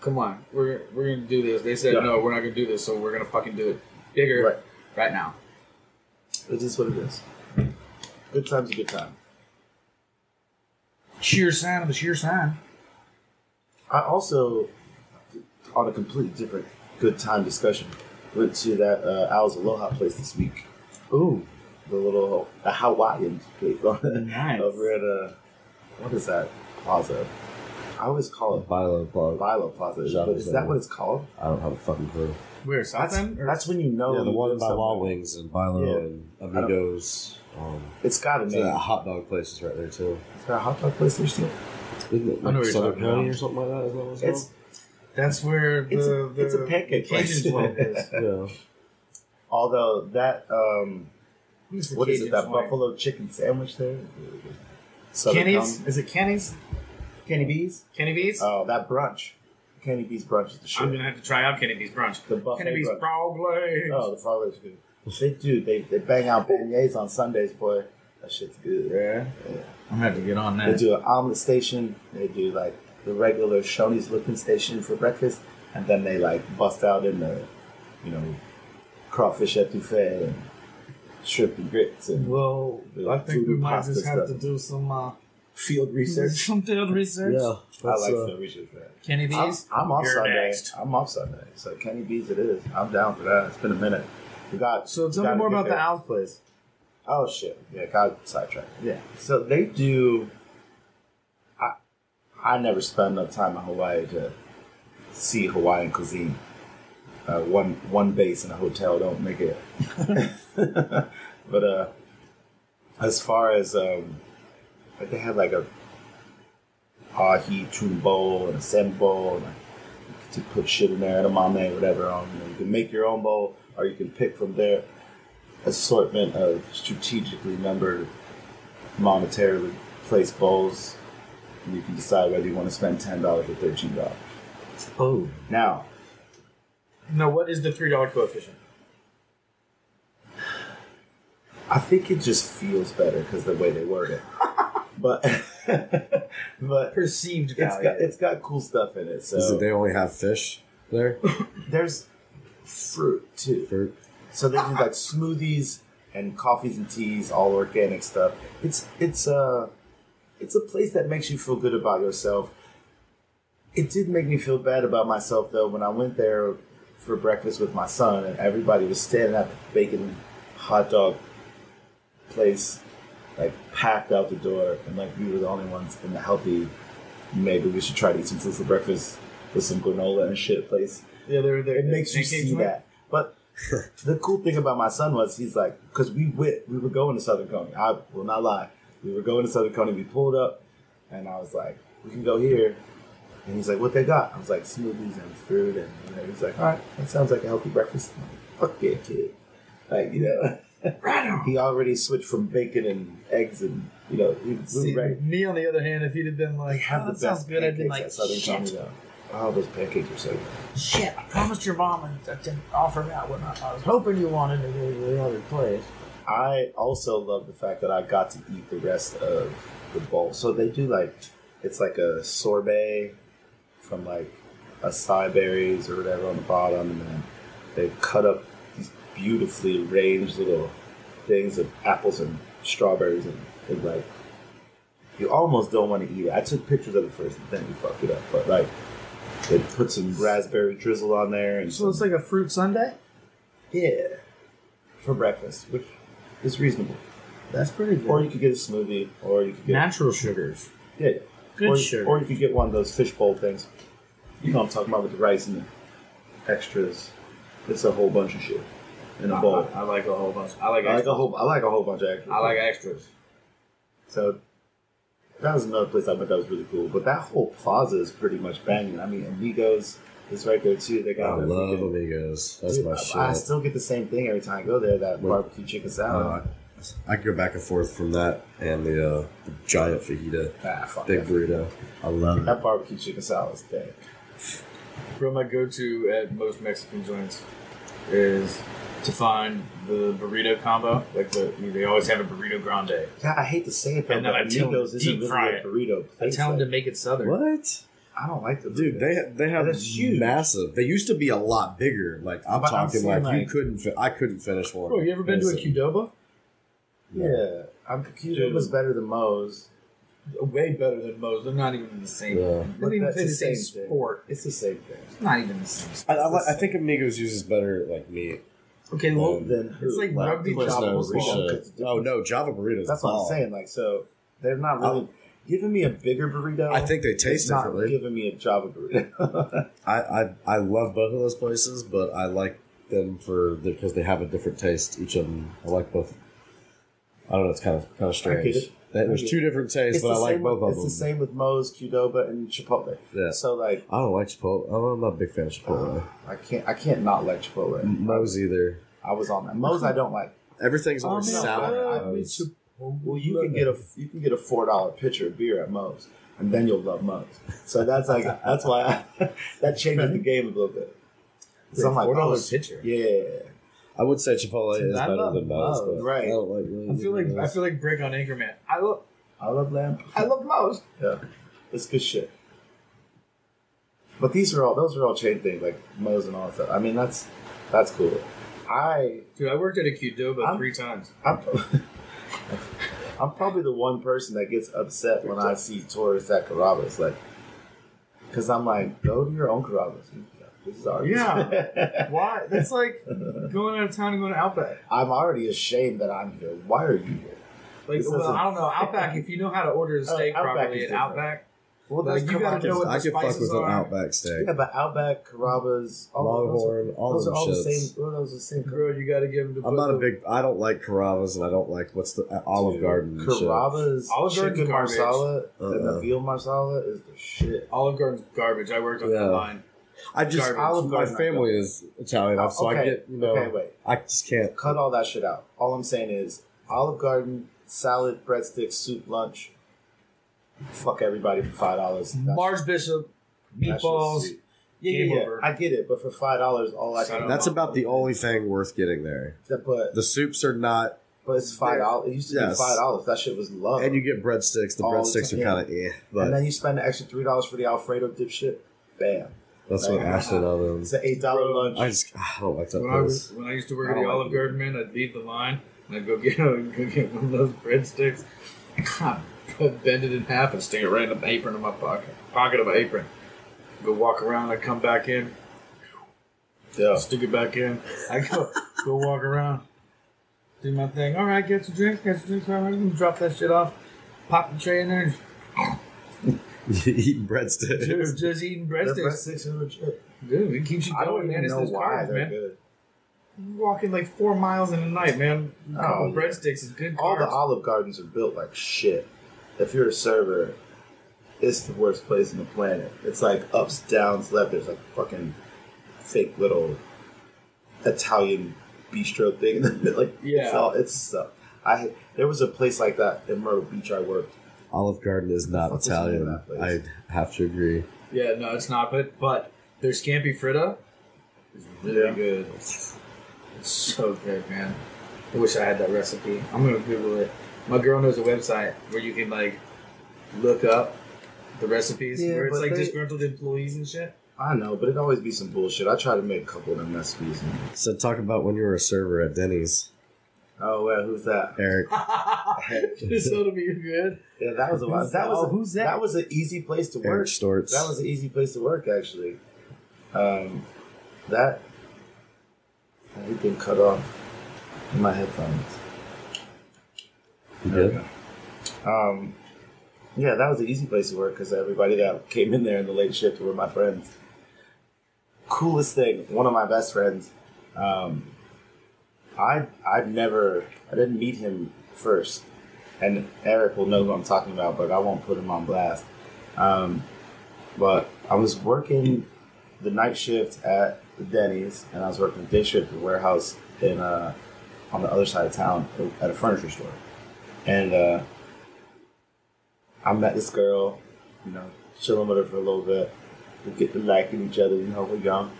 come on, we're we're gonna do this." They said Yeah. no, we're not gonna do this, so we're gonna fucking do it bigger Right. right, now. It is what it is. Good time's a good time. Sheer sign of a sheer sign. I also, on a completely different good time discussion, went to that uh, Owl's Aloha place this week. Ooh, The little the Hawaiian place Nice. over at uh, what is that plaza? I always call it Bilo plug. Bilo Plaza. Is that but is that what it's called? I don't have a fucking clue. where That's, something? that's when you know yeah, the Oh, you one live by somewhere. Law Wings and Bilo Yeah. and Amigos. Um, It's got a so name. that hot dog place is right there too. Is there a hot dog place there still? Isn't it I know what like you're Southern talking County about. or something like that? Is that what it's It's that's where the it's a- it's a pancake place. Cajun twang is. called? Yeah. although that um, What is, the what is it? Cajun That twang? buffalo chicken sandwich there. Really good. Southern Kenny's? Cal- Is it Kenny's? Kenny Bees. Kenny Bees? Oh, that brunch. Kenny Bees brunch is the shit. I'm gonna have to try out Kenny Bees brunch. The buffet Kenny Bees brunch. frog legs. oh, the frog legs are good. They do. They, they bang out beignets on Sundays, boy. That shit's good. Yeah. I'm gonna have to get on They that. do an omelet station. They do like the regular Shoney's looking station for breakfast, and then they like bust out in the, you know, crawfish etouffee and shrimp and grits and Well, The I think we voodoo might pasta just have stuff. to do some uh, field research. some field research. Yeah. I that's, like uh, field research. Man. Kenny I'm, Bees. I'm off You're Sunday. next. I'm off Sunday. So Kenny Bees it is. I'm down for that. It's been a minute. We got So we tell me gotta more get about there. the Owl's place. Oh shit! Yeah, got sidetracked. Yeah. So they do. I I never spent enough time in Hawaii to see Hawaiian cuisine. Uh, one one base in a hotel don't make it. but uh, as far as um, like they had like a ahi bowl and a salmon bowl and to put shit in there, edamame, whatever. On you, know, you can make your own bowl, or you can pick from their assortment of strategically numbered, monetarily placed bowls, and you can decide whether you want to spend ten dollars or thirteen dollars. Oh. Now, Now, what is the three dollar coefficient? I think it just feels better because the way they word it, but but Perceived it's value. got it's got cool stuff in it. So Is it they only have fish there? there's fruit too. For- So they do like smoothies and coffees and teas, all organic stuff. It's it's a it's a place that makes you feel good about yourself. It did make me feel bad about myself though when I went there for breakfast with my son and everybody was standing at the bacon hot dog place, like packed out the door, and like we were the only ones in the healthy. Maybe we should try to eat some fruit for breakfast with some granola and shit place. yeah, they're, they're, It makes you pancakes see went- that. But the cool thing about my son was he's like, because we went, we were going to Southern Coney. I will not lie. We were going to Southern Coney. We pulled up, and I was like, we can go here. And he's like, what they got? I was like, smoothies and fruit. And you know, he's like, all right, that sounds like a healthy breakfast. I'm like, Fuck yeah, kid. Like, you know. He already switched from bacon and eggs and, you know, he we See, were ready. Me, on the other hand, if he'd have been They like, have Oh, the that sounds best good. I'd be pancakes like, at Southern Coney, shit. though. Oh, those pancakes are so good. Shit, I promised your mom and I didn't offer out what I, I was hoping you wanted to go to the other place. I also love the fact that I got to eat the rest of the bowl. So they do like it's like a sorbet from like acai berries or whatever on the bottom, and then they cut up these beautifully arranged little things of apples and strawberries, and it's like you almost don't want to eat it. I took pictures of it first, and then we fucked it up. But like they put some raspberry drizzle on there, and so it's some- like a fruit sundae. yeah for breakfast, which is reasonable. That's pretty good. Or you could get a smoothie, or you could get natural sugars. yeah, Good or, sugar. or you could get one of those fishbowl things. You know what I'm talking about with the rice and the extras. It's a whole bunch of shit in a bowl. I, I like a whole bunch. I like. I like a extras. whole. I like a whole bunch of extras. I like extras. So that was another place I went that was really cool. But that whole plaza is pretty much banging. I mean, Amigos is right there too. They I got that love freaking- amigos. That's Dude, my I- shit. I still get the same thing every time I go there. That Wait. barbecue chicken salad. Uh, I could go back and forth from that and the, uh, the giant fajita, ah, fuck big that. burrito. I love it. That barbecue chicken salad is dead. From my go-to at most Mexican joints is to find the burrito combo. Like the, I mean, they always have a burrito grande. Yeah, I hate to say it, but And then I tell Amigos them isn't deep really fry a it. burrito I place. tell them like- to make it southern. What? I don't like the Dude, they they have That's huge. massive. They used to be a lot bigger. Like I'm But I'm talking, saying, like, you like- couldn't. Fi- I couldn't finish one. Bro, you ever been to a Listen. Qdoba? yeah, I'm Cuba was better than Moe's. Way better than most. They're not even in the same. Yeah. They but don't even that's play the same, thing. sport. It's the same thing. It's not even the same. Sport. I, I, li- I think Amigos uses better like meat. Okay, well, well, Um, Then who? It's like rugby who's Java the no, was burrito? long, burrito. 'Cause the oh difference- no, Java burritos. That's what I'm bomb. saying. Like, so they're not really giving me a bigger burrito. Oh. I think they it's taste not differently. Giving me a Java burrito. I, I I love both of those places, but I like them for because they have a different taste. Each of them, I like both. I don't know. It's kind of kind of strange. it. That- I There's get two different tastes, the but I like same both with, of them. It's the same with Moe's, Qdoba, and Chipotle. Yeah. So like, I don't like Chipotle. I'm not a big fan of Chipotle. I can't. I can't not like Chipotle. Moe's either. I was on that. Moe's I don't like. Everything's Oh, man, on sour. I miss Moe's. Well, you can get a you can get a four dollar pitcher of beer at Moe's, and then you'll love Moe's. So that's like that's why I, that changes the game a little bit. So I'm like, Four dollar oh, pitcher. yeah, I would say Chipotle Dude, is I better love than Moe's, but Moe's, right. I don't like. Really I feel like I feel like Brick on Anchorman. I love I love lamb. I love most. Yeah, it's good shit. But these are all those are all chain things like Moe's and all that stuff. I mean, that's that's cool. I Dude, I worked at a Qdoba I'm- three times. I'm, I'm probably the one person that gets upset when I see tourists at Carrabba's, like, because I'm like, go to your own Carrabba's. This is ours. Yeah. Why? That's like going out of town and going to Outback. I'm already ashamed that I'm here. Why are you here? Like, This well, isn't- I don't know. Outback, if you know how to order a steak Outback properly is at different. Outback, Well, those Like, you gotta Carrabba's- know what I the could fuck spices with are. an Outback steak. Yeah, but Outback, Carrabba's, all those are- Longhorn, all those those are all the shits. same. Well, those are the same. Bro, you gotta give them. To I'm put not a the- big. I don't like Carrabba's, and I don't like what's the uh, Olive Garden and shit. Carrabba's Olive Garden's chicken garbage. marsala and Uh-uh. the veal marsala is the shit. Olive Garden's garbage. I worked on Yeah. that line. I just Garbage. Olive my Garden, I family is Italian, so I Okay, get you know. Okay, wait. I just can't. Cut all that shit out. All I'm saying is Olive Garden salad, breadsticks, soup, lunch. Fuck everybody for five dollars. Marge Bishop, meatballs. Yeah, Yeah, yeah, yeah, yeah. I get it, but for five dollars, all I Shut can. up. That's about the only thing worth getting there. That- But The soups are not, but it's five dollars. It used to be Yes. five dollars. That shit was love. and you get breadsticks. The All the breadsticks time, are yeah. kind of eh, and but then you spend an extra three dollars for the Alfredo dipshit. Bam. that's what like- Ashley It's loves. an eight dollar lunch. I just ah, I don't like that When I, was, place. when I used to work at I the don't like Olive Garden, man, I'd leave the line and I'd go get, go get one of those breadsticks. I'd bend it in half and stick it right in the apron of my pocket, pocket of my apron. Go walk around. I'd come back in, yeah. stick it back in. I go go walk around, do my thing. All right, get your drinks, get your drinks. All right, and drop that shit off. Pop the tray in there and Eating breadsticks. just, just eating The breadsticks. breadsticks are legit. Dude, it keeps you I don't going, even man. It's know those why carbs, they're man. good. walking like four miles in a night, man. A couple Oh, yeah. breadsticks is good. All the carbs. Olive Gardens are built like shit. If you're a server, it's the worst place on the planet. It's like ups, downs, left. There's like fucking fake little Italian bistro thing in the middle. Like, It's Yeah. all, it's, uh, I, there was a place like that in Myrtle Beach I worked. Olive Garden is not What the fuck is in Italian. that place? I have to agree. yeah, no, it's not. But but their scampi fritta is really Yeah. good. It's so good, man. I wish I had that recipe. I'm gonna Google it. My girl knows a website where you can like look up the recipes Yeah, where it's but like they- disgruntled employees and shit. I know, but it'd always be some bullshit. I try to make a couple of them recipes. And, So talk about when you were a server at Denny's, oh, well, who's that? Eric. so to be good. Yeah, that was a Who's that that? was Oh, a, who's that? That was an easy place to Eric work. Stortz. That was an easy place to work, actually. Um, that everything cut off in my headphones. You good? Um, yeah, that was an easy place to work because everybody that came in there in the late shift were my friends. Coolest thing, one of my best friends. Um, I I never I didn't meet him first, and Eric will know who I'm talking about, but I won't put him on blast. Um, but I was working the night shift at the Denny's, and I was working the day shift at the warehouse in uh, on the other side of town at a furniture store, and. Uh, I met this girl, you know, chilling with her for a little bit. We get to liking each other, you know, we're young.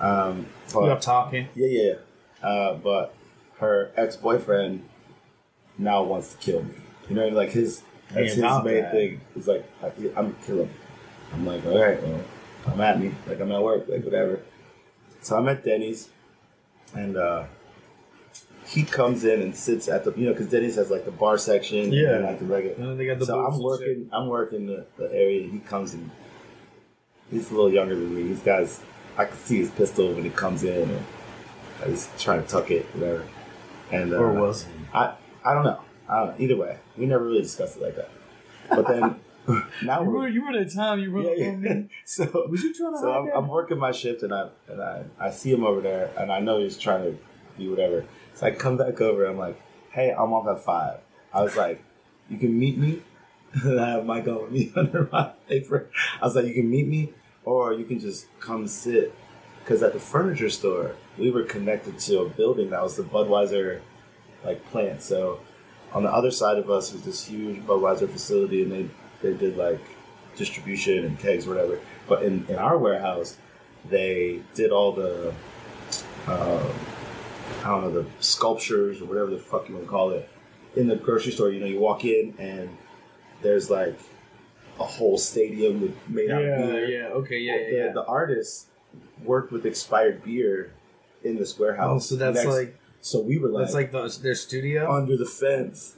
Um, but, Stop talking. yeah, yeah, yeah. Uh, but her ex boyfriend now wants to kill me. You know, like his ain't that's his about main that. thing. It's like I, I'm killing. him. I'm like, all right, well, I'm at me. Like I'm at work. Like whatever. So I'm at Denny's, and uh, he comes in and sits at the you know because Denny's has like the bar section. and Yeah. like the regular And then they got the so booths I'm and working. shit. I'm working the, the area. and He comes in. He's a little younger than me. He's got his. I can see his pistol when he comes in. And I just try to tuck it, whatever. And uh, he? I? I don't know. I don't know. Either way, we never really discussed it like that. But then now You we're were, you were at a time you were yeah, yeah. so Was you trying to so hide I'm, that? I'm working my shift and I and I, I see him over there and I know he's trying to do whatever. So I come back over. I'm like, hey, I'm off at five. I was like, you can meet me. And I have my gun with me under my apron. I was like, you can meet me or you can just come sit. Because at the furniture store, we were connected to a building that was the Budweiser like plant. So on the other side of us was this huge Budweiser facility, and they they did like distribution and kegs, whatever. But in, in our warehouse, they did all the um, I don't know the sculptures or whatever the fuck you want to call it. In the grocery store, you know, you walk in and there's like a whole stadium with made out of Yeah, beer yeah, okay, yeah, the, yeah, yeah. the artists worked with expired beer in this warehouse. Oh, so that's next- like so we were like, that's like the, their studio. under the fence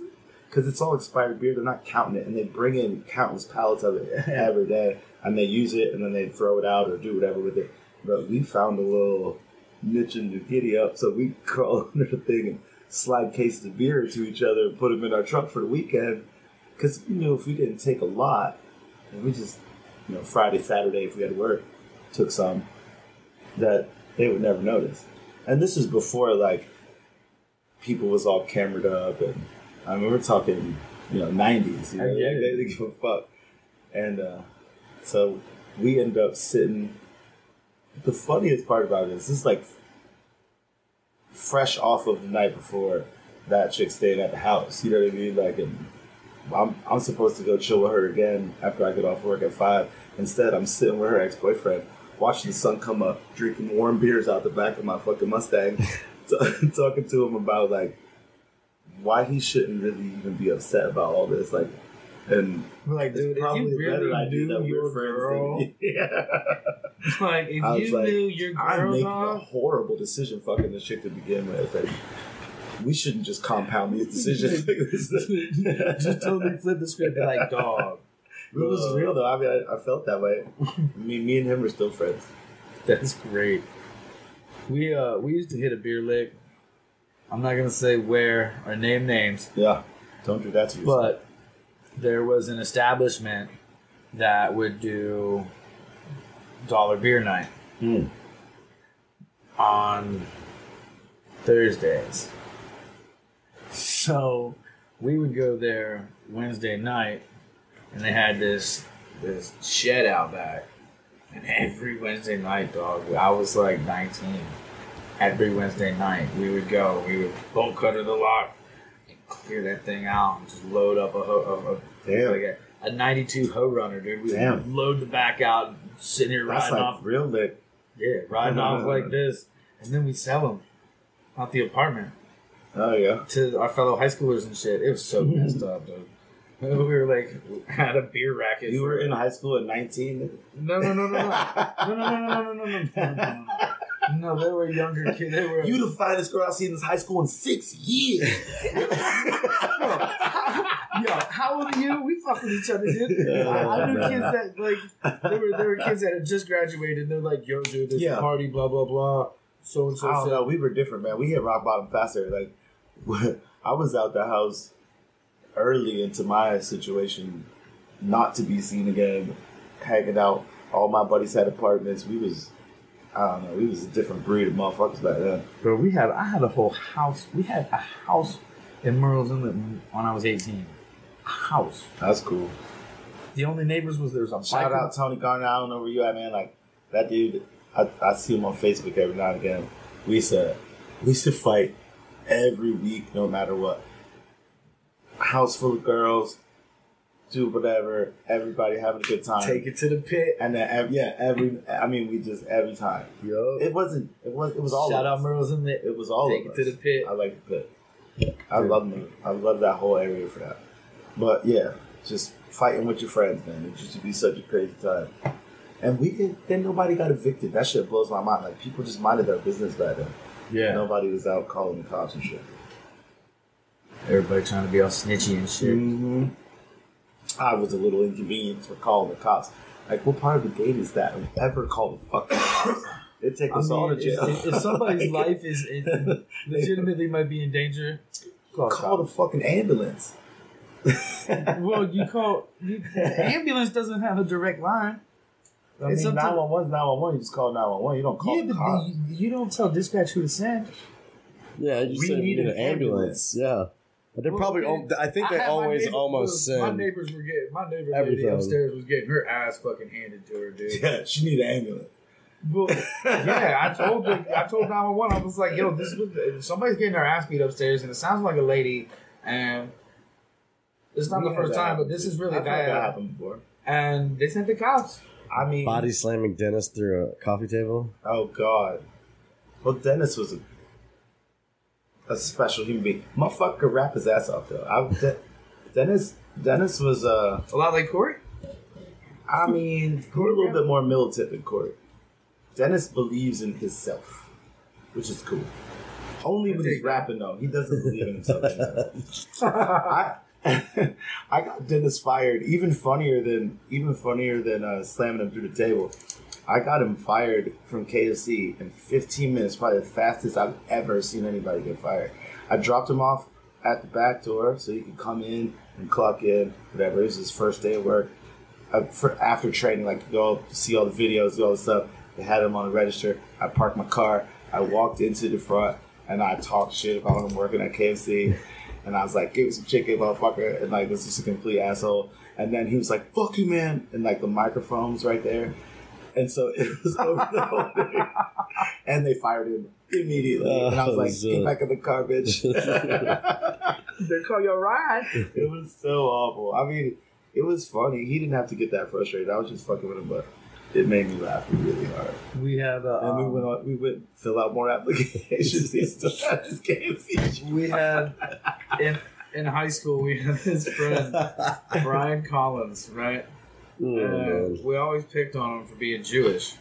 because it's all expired beer. They're not counting it, and they bring in countless pallets of it every day, and they use it, and then they throw it out or do whatever with it. But we found a little niche in the giddy up, so we crawl under the thing and slide cases of beer to each other and put them in our truck for the weekend. Because you know, if we didn't take a lot, and we just you know, Friday, Saturday, if we had to work, took some that they would never notice. And this was before like people was all camered up, and I mean we're talking you know nineties. You know, Yeah. they didn't give a fuck. And uh, so we ended up sitting. The funniest part about this, this is like fresh off of the night before that chick staying at the house. You know what I mean? Like, and I'm, I'm supposed to go chill with her again after I get off work at five. Instead, I'm sitting with her ex boyfriend, watching the sun come up, drinking warm beers out the back of my fucking Mustang, t- talking to him about like why he shouldn't really even be upset about all this. Like, and We're like, Oh, it's dude, probably really better I do knew that your we're friends. Than, yeah. Like if I was you like, knew your I'm girl making dog, a horrible decision fucking this chick to begin with. and we shouldn't just compound these decisions. just totally flip the script. Be like, dog, It was real though. I mean, I, I felt that way. I mean, me and him are still friends. That's great. We uh we used to hit a beer lick. I'm not gonna say where or name names, Yeah. Don't do that to yourself. but there was an establishment that would do dollar beer night Hmm. on Thursdays. So we would go there Wednesday night, and they had this this shed out back. And every Wednesday night, dog, I was like 19. Every Wednesday night, we would go. We would bolt cutter the lock, and clear that thing out, and just load up a ho- a, a, Damn. like a, a 92 hoe runner, dude. We would Damn. load the back out, and sitting here that's riding like off, real lit. yeah, riding off like this, and then we sell them out the apartment Oh yeah. to our fellow high schoolers and shit. It was so Mm-hmm. messed up, dude. We were like had a beer racket. You were in high school at 19. No, no, no, no, no, no, no, no, no, no, no, no, no, no. No, they were younger kids. They were. You the finest girl I've seen in this high school in six years. Yo, how old are you? We fuck with each other, dude. Yeah. I knew kids that like there were there were kids that had just graduated. They're like, yo, dude, there's Yeah. a party, blah blah blah. So and I don't so. know. We were different, man. We hit rock bottom faster. Like, I was out the house early into my situation, not to be seen again, hanging out. All my buddies had apartments. We was, I don't know. We was a different breed of motherfuckers back then. Bro, we had I had a whole house. We had a house in Merle's Inlet when I was 18. A house. That's cool. The only neighbors was there was a Shout out Tony Garner. I don't know where you at, man. Like that dude, I, I see him on Facebook every now and again. We used to we used to fight every week, no matter what. House full of girls, do whatever. Everybody having a good time. Take it to the pit. And then ev- yeah, every I mean, we just every time. Yo. It wasn't. It was. It was all. Shout of out us. Merle's Inlet. It was all. Take of it to us. the pit. I like the pit. I love them. I love that whole area for that. But yeah, just fighting with your friends, man. It used to be such a crazy time. And we didn't. Then nobody got evicted. That shit blows my mind. Like people just minded their business back then. Yeah. Nobody was out calling the cops and shit. Everybody trying to be all snitchy and shit. Mm-hmm. I was a little inconvenienced for calling the cops. Like, what part of the game is that? Ever call the fucking cops? It take I us all to mean, jail. if, if somebody's Like, life is in, legitimately might be in danger, call, call the call fucking ambulance. Well, you call you, the ambulance doesn't have a direct line. I It's mean, up to- 911 is 911. You just call 911. You don't call yeah, the but cops. you, you don't tell dispatch who to send. Yeah, you We said need we need an an ambulance. Yeah. But they're Well, probably, okay. al- I think they had my always neighbor- almost My send. neighbors were getting my neighbor lady Everything. upstairs was getting her ass fucking handed to her, dude. Yeah, she need an ambulance. Well, yeah, I told the, I told nine one one. I was like, "Yo, this was somebody's getting their ass beat upstairs, and it sounds like a lady." And it's not We the had first that time, happen. but this is really I've had that bad. happen before. And they sent the cops. I mean, Body slamming Dennis through a coffee table. oh god. Well, Dennis was a, a special human being. Motherfucker could rap his ass off though. I, De- Dennis, Dennis was uh, A lot like Corey. I mean, Corey a little bit more militant than Corey. Dennis believes in himself, which is cool. Only when he's rapping though, he doesn't believe in himself. I, I got Dennis fired. Even funnier than even funnier than uh, slamming him through the table. I got him fired from KFC in 15 minutes, probably the fastest I've ever seen anybody get fired. I dropped him off at the back door so he could come in and clock in, whatever. It was his first day at work. I, uh, for after training, like go up, see all the videos, all the stuff. They had him on the register. I parked my car. I walked into the front and I talked shit about him working at KFC. And I was like, give me some chicken, motherfucker. And like, this is a complete asshole. And then he was like, fuck you, man. And like, the microphone's right there. And so it was over the whole thing. And they fired him immediately. and I was like, Oh, get back in the car, bitch. They call you a ride. it was so awful. I mean, it was funny. He didn't have to get that frustrated. I was just fucking with him, but it made me laugh really hard. We had a, And we um, went on, we went fill out more applications. he still had his KFC. we had in in high school we had this friend Brian Collins, right? Oh, And Uh, we always picked on him for being Jewish.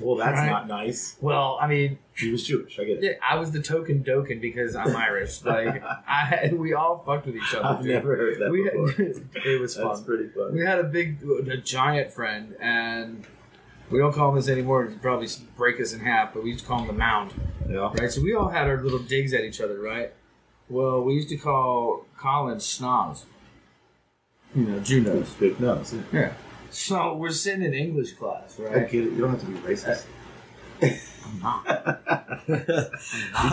Well, that's Right. not nice. Well, I mean, He was Jewish. I get it. yeah, I was the token doken because I'm Irish. Like, I we all fucked with each other. I've dude. never heard that we before. had, it was that's fun. pretty fun. We had a big, a giant friend, and we don't call him this anymore. He'd probably break us in half, but we used to call him the Mound. Yeah. Right, so we all had our little digs at each other, right? Well, we used to call Colin snobs. You know, Junos. Good. No, it's- Yeah. So we're sitting in English class, I right? get it. You don't have to be racist. I'm not. You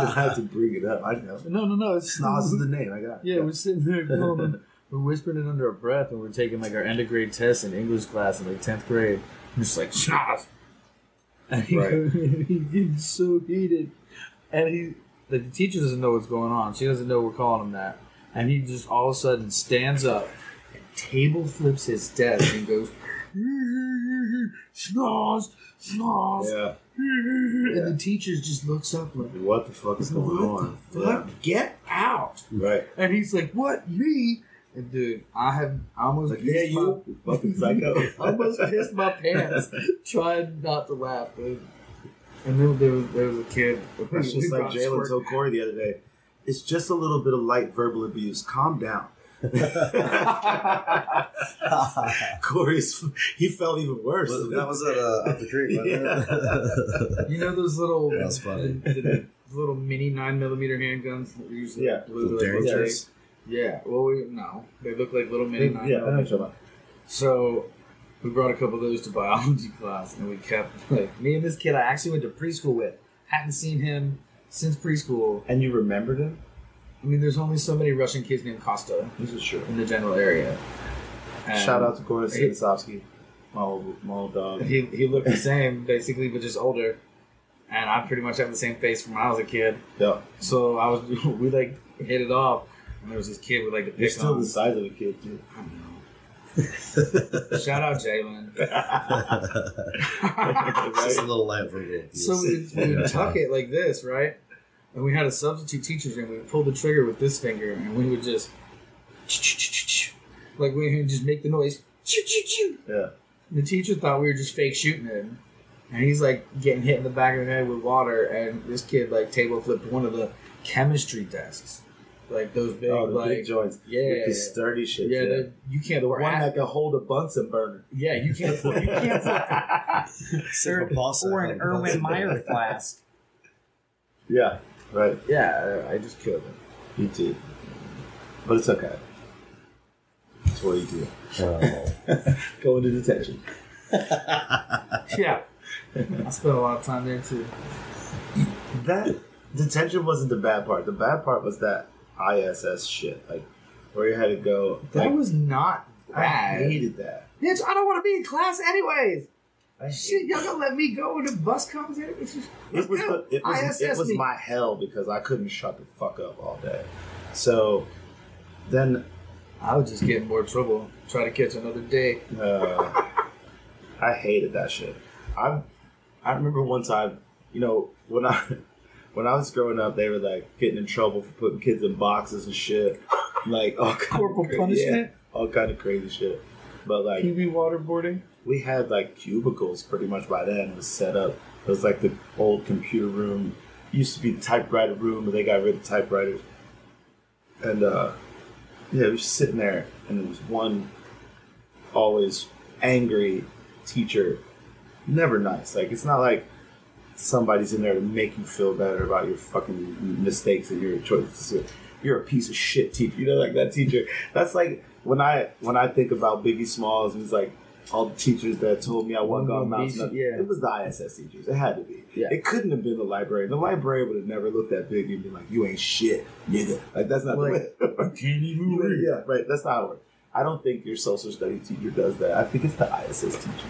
just have to bring it up. I know. No, no, no. It's Nas is the name. I got it. Yeah, we're sitting there going, we're whispering it under our breath, and we're taking like our end of grade test in English class in like tenth grade. I'm just like snobs. And he, Right. and he gets so heated, and he the teacher doesn't know what's going on. She doesn't know we're calling him that, and he just all of a sudden stands up, and table flips his desk, and goes. Snobs, snobs, Yeah. and the teacher just looks up like, What the fuck is going on? "What the fuck? Get out!" Yeah. Right. And he's like, "What me?" And dude, I have I almost Like, pissed yeah, you my, fucking psycho. I almost pissed my pants trying not to laugh, dude. And then there was, there was a kid. It's just like Jalen told Corey the other day. It's just a little bit of light verbal abuse. Calm down. Corey's he felt even worse. Well, that was at uh, up the creek, wasn't it? You know those little, That was funny. the- the little mini nine millimeter handguns that usually Yeah. blue The like, little Derringers? thing? Yeah. Well, we, no, they look like little mini nine. yeah, I know what you're talking about. So we brought a couple of those to biology class, and we kept like me and this kid I actually went to preschool with. Hadn't seen him since preschool. And you remembered him? I mean, there's only so many Russian kids named Costa This is true. in the general area. And Shout out to Corey Hey. Stanislavski, my old, my old dog. He he looked the same basically, but just older. And I pretty much have the same face from when I was a kid. Yeah, So I was we like hit it off. And there was this kid with like the you're pick still on. the size of a kid, dude. I don't know. Shout out Jalen. Oh, Just a little light verbal abuse. So we would, we would tuck it like this, right? And we had a substitute teacher, and we would pull the trigger with this finger, and we would just like we would just make the noise. Yeah, The teacher thought we were just fake shooting him, and he's like getting hit in the back of the head with water. And this kid like table flipped one of the chemistry desks, like those big oh, the like big joints, yeah, with the sturdy shit. yeah, Yeah, the- you can't the pour one ac- that can hold a Bunsen burner. yeah, you can't pour- you can't pour- Sigma Pulsa. or an Erwin Meyer flask. Yeah, right. yeah, I- I just killed him. You did, but it's okay. That's what you do. Oh. Go into detention. Yeah. I spent a lot of time there too. That detention wasn't the bad part. The bad part was that ISS shit, like where you had to go. That like, was not I bad. hated that. Bitch, I don't want to be in class anyways. I Shit, y'all gonna let me go when the bus comes in? It's just- It was, the- it was, it ISS was me. my hell because I couldn't shut the fuck up all day. So then I would just get in more trouble. Try to catch another day. Uh, I hated that shit. I I remember one time, you know, when I when I was growing up, they were like getting in trouble for putting kids in boxes and shit, like all kind Corporal of cra- punishment? yeah, all kind of crazy shit. But like PB waterboarding. we had like cubicles pretty much by then it was set up. It was like the old computer room. Used to be the typewriter room, but they got rid of typewriters. And uh yeah, we were just sitting there and there was one always angry teacher. Never nice. Like it's not like somebody's in there to make you feel better about your fucking mistakes and your choices. You're a piece of shit teacher. You know, like that teacher. That's like when I when I think about Biggie Smalls and he's like, all the teachers that told me I wasn't going to amount to nothing. Yeah. It was the ISS teachers. It had to be. Yeah. It couldn't have been the librarian. The librarian would have never looked that big and been like, "You ain't shit, nigga." Like that's not Like, the way. Can't even You- yeah, right. That's not how it works. I don't think your social studies teacher does that. I think it's the ISS teacher.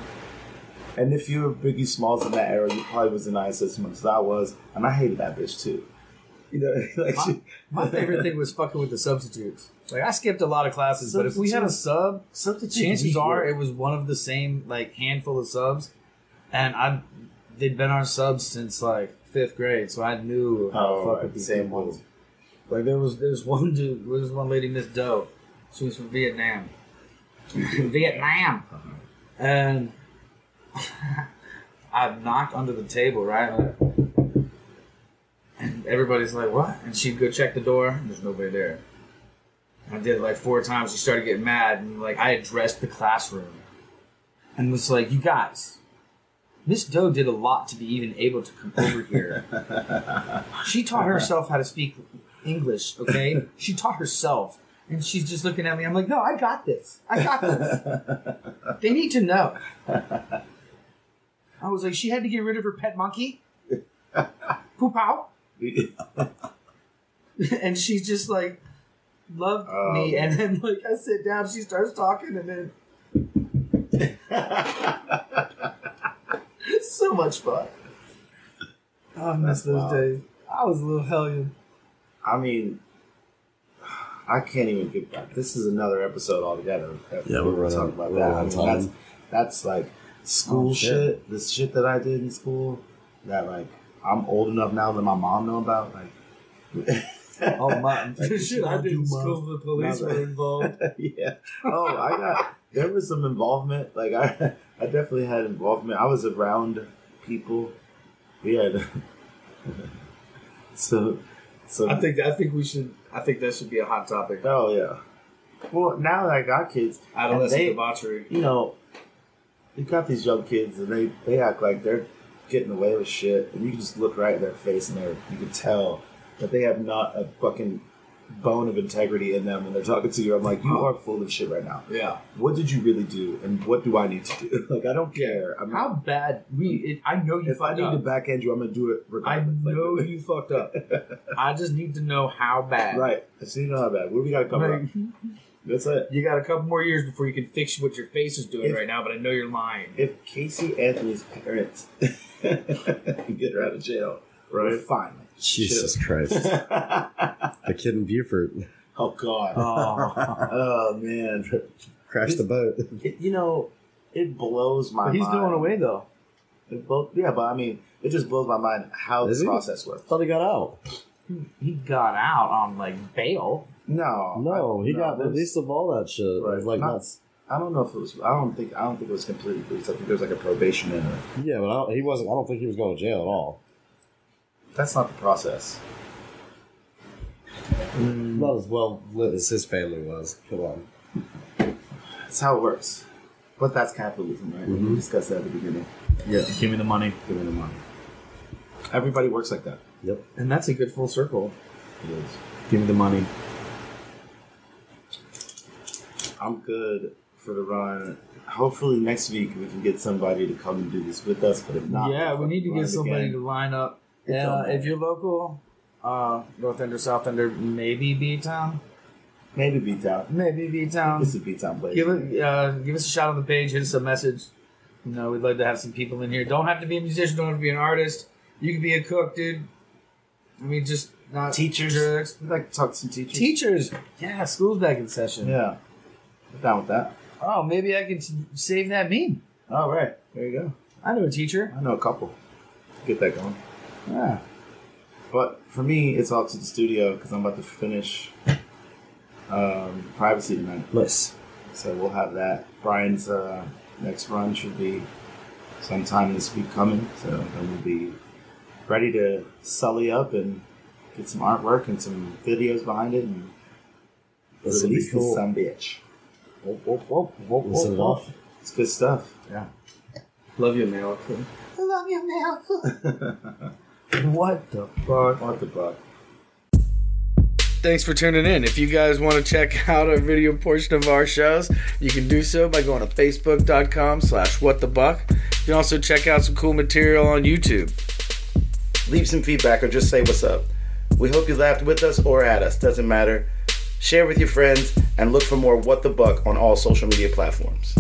And if you were Biggie Smalls in that era, you probably was in ISS as much as I was, and I hated that bitch too. You know, like she, My favorite thing was fucking with the substitutes. Like I skipped a lot of classes, but if we had a sub, substitute. chances weak are work. it was one of the same like handful of subs, and I they'd been on subs since like fifth grade, so I knew how to Oh, fuck right, with these same people. ones. Like there was there's one dude, there was one lady Miss Doe, she was from Vietnam, from Vietnam, and I knocked under the table right. Like, and everybody's like, "What?" And she'd go check the door, and there's nobody there. I did it like four times. She started getting mad, and like I addressed the classroom, and was like, "You guys, Miss Doe did a lot to be even able to come over here. she taught herself how to speak English. Okay, she taught herself." And she's just looking at me. I'm like, no, I got this. I got this. they need to know. I was like, she had to get rid of her pet monkey. Poop out and she just like loved Oh, me and then like i sit down she starts talking and then it's so much fun oh, i That's miss those wild. days i was a little hellion I mean, I can't even get back. This is another episode altogether. Yeah, we're running- talking about we're that. I running mean, out of that's time. that's like school Oh, shit. shit. The shit that I did in school that like I'm old enough now that my mom know about. Like, oh my shit i I do did in mine. school the police Now were that- involved yeah. Oh, I got there was some involvement. Like I, I definitely had involvement. I was around people. We had so so. i think i think we should i think that should be a hot topic oh yeah. Well, now that I got kids, adolescent they- debauchery you know, you got these young kids and they, they act like they're getting away with shit, and you can just look right in their face and they're, you can tell that they have not a fucking bone of integrity in them when they're talking to you. I'm like, you are full of shit right now. yeah What did you really do, and what do I need to do? Like, I don't care. I'm, how bad we it, i know you if I fucked need up. to backhand you, I'm gonna do it i regardless. Like, know you fucked up i just need to know how bad Right. I see you know how bad. What do we gotta cover up? Like, That's it. You got a couple more years before you can fix what your face is doing If- right now, but I know you're lying. If Casey Anthony's parents can get her out of jail, right? Finally. Jesus Christ. the kid in Beaufort Oh God. Oh, Oh man, crashed the boat. It- you know, it blows Oh, my. mind. though. It blo- yeah, but I mean, it just blows my mind how Is the he? process works. Thought he got out. He got out on like bail. No, No, I- he got there's- released of all that shit. Right. Like Not- nuts. I don't know if it was. I don't think. I don't think it was completely released. I think there was like a probation in it. Yeah, but I don't, he wasn't. I don't think he was going to jail at all. That's not the process. Not as well lit as his family was. Come on. That's how it works. But that's capitalism, right? Mm-hmm. We discussed that at the beginning. Yeah. Give me the money. Give me the money. Everybody works like that. Yep. And that's a good full circle. It is. Give me the money. I'm good for the run. Hopefully next week we can get somebody to come and do this with us. But if not, yeah, we need to run get it somebody again. to line up. It And, don't uh, if matter. you're local, uh, North End or South End, or maybe B Town, Maybe beat out. maybe B Town. This is beat out, Give it, uh, give us a shout on the page. Hit us a message. You know, we'd love to have some people in here. Don't have to be a musician. Don't have to be an artist. You can be a cook, dude. I mean, just not Teachers. drugs. We'd like to talk to some teachers. Teachers. Yeah, school's back in session. Yeah. I'm down with that. Oh, maybe I can s- save that meme. All right. There you go. I know a teacher. I know a couple. Get that going. Yeah. But for me, it's all to the studio because I'm about to finish um, Privacy tonight. Nice. So we'll have that. Brian's uh, next run should be sometime this week coming. So then we'll be ready to sully up and get some artwork and some videos behind it and This will be release this cool. some bitch. Whoop, whoop, whoop, whoop, We'll set it off. It's good stuff. Love you, America. I love you, America. what the fuck? What the fuck? Thanks for tuning in. If you guys want to check out our video portion of our shows, you can do so by going to facebook.com slash what the buck. You can also check out some cool material on YouTube. leave some feedback or just say what's up. We hope you laughed with us or at us, doesn't matter. Share with your friends and look for more What the Buck on all social media platforms.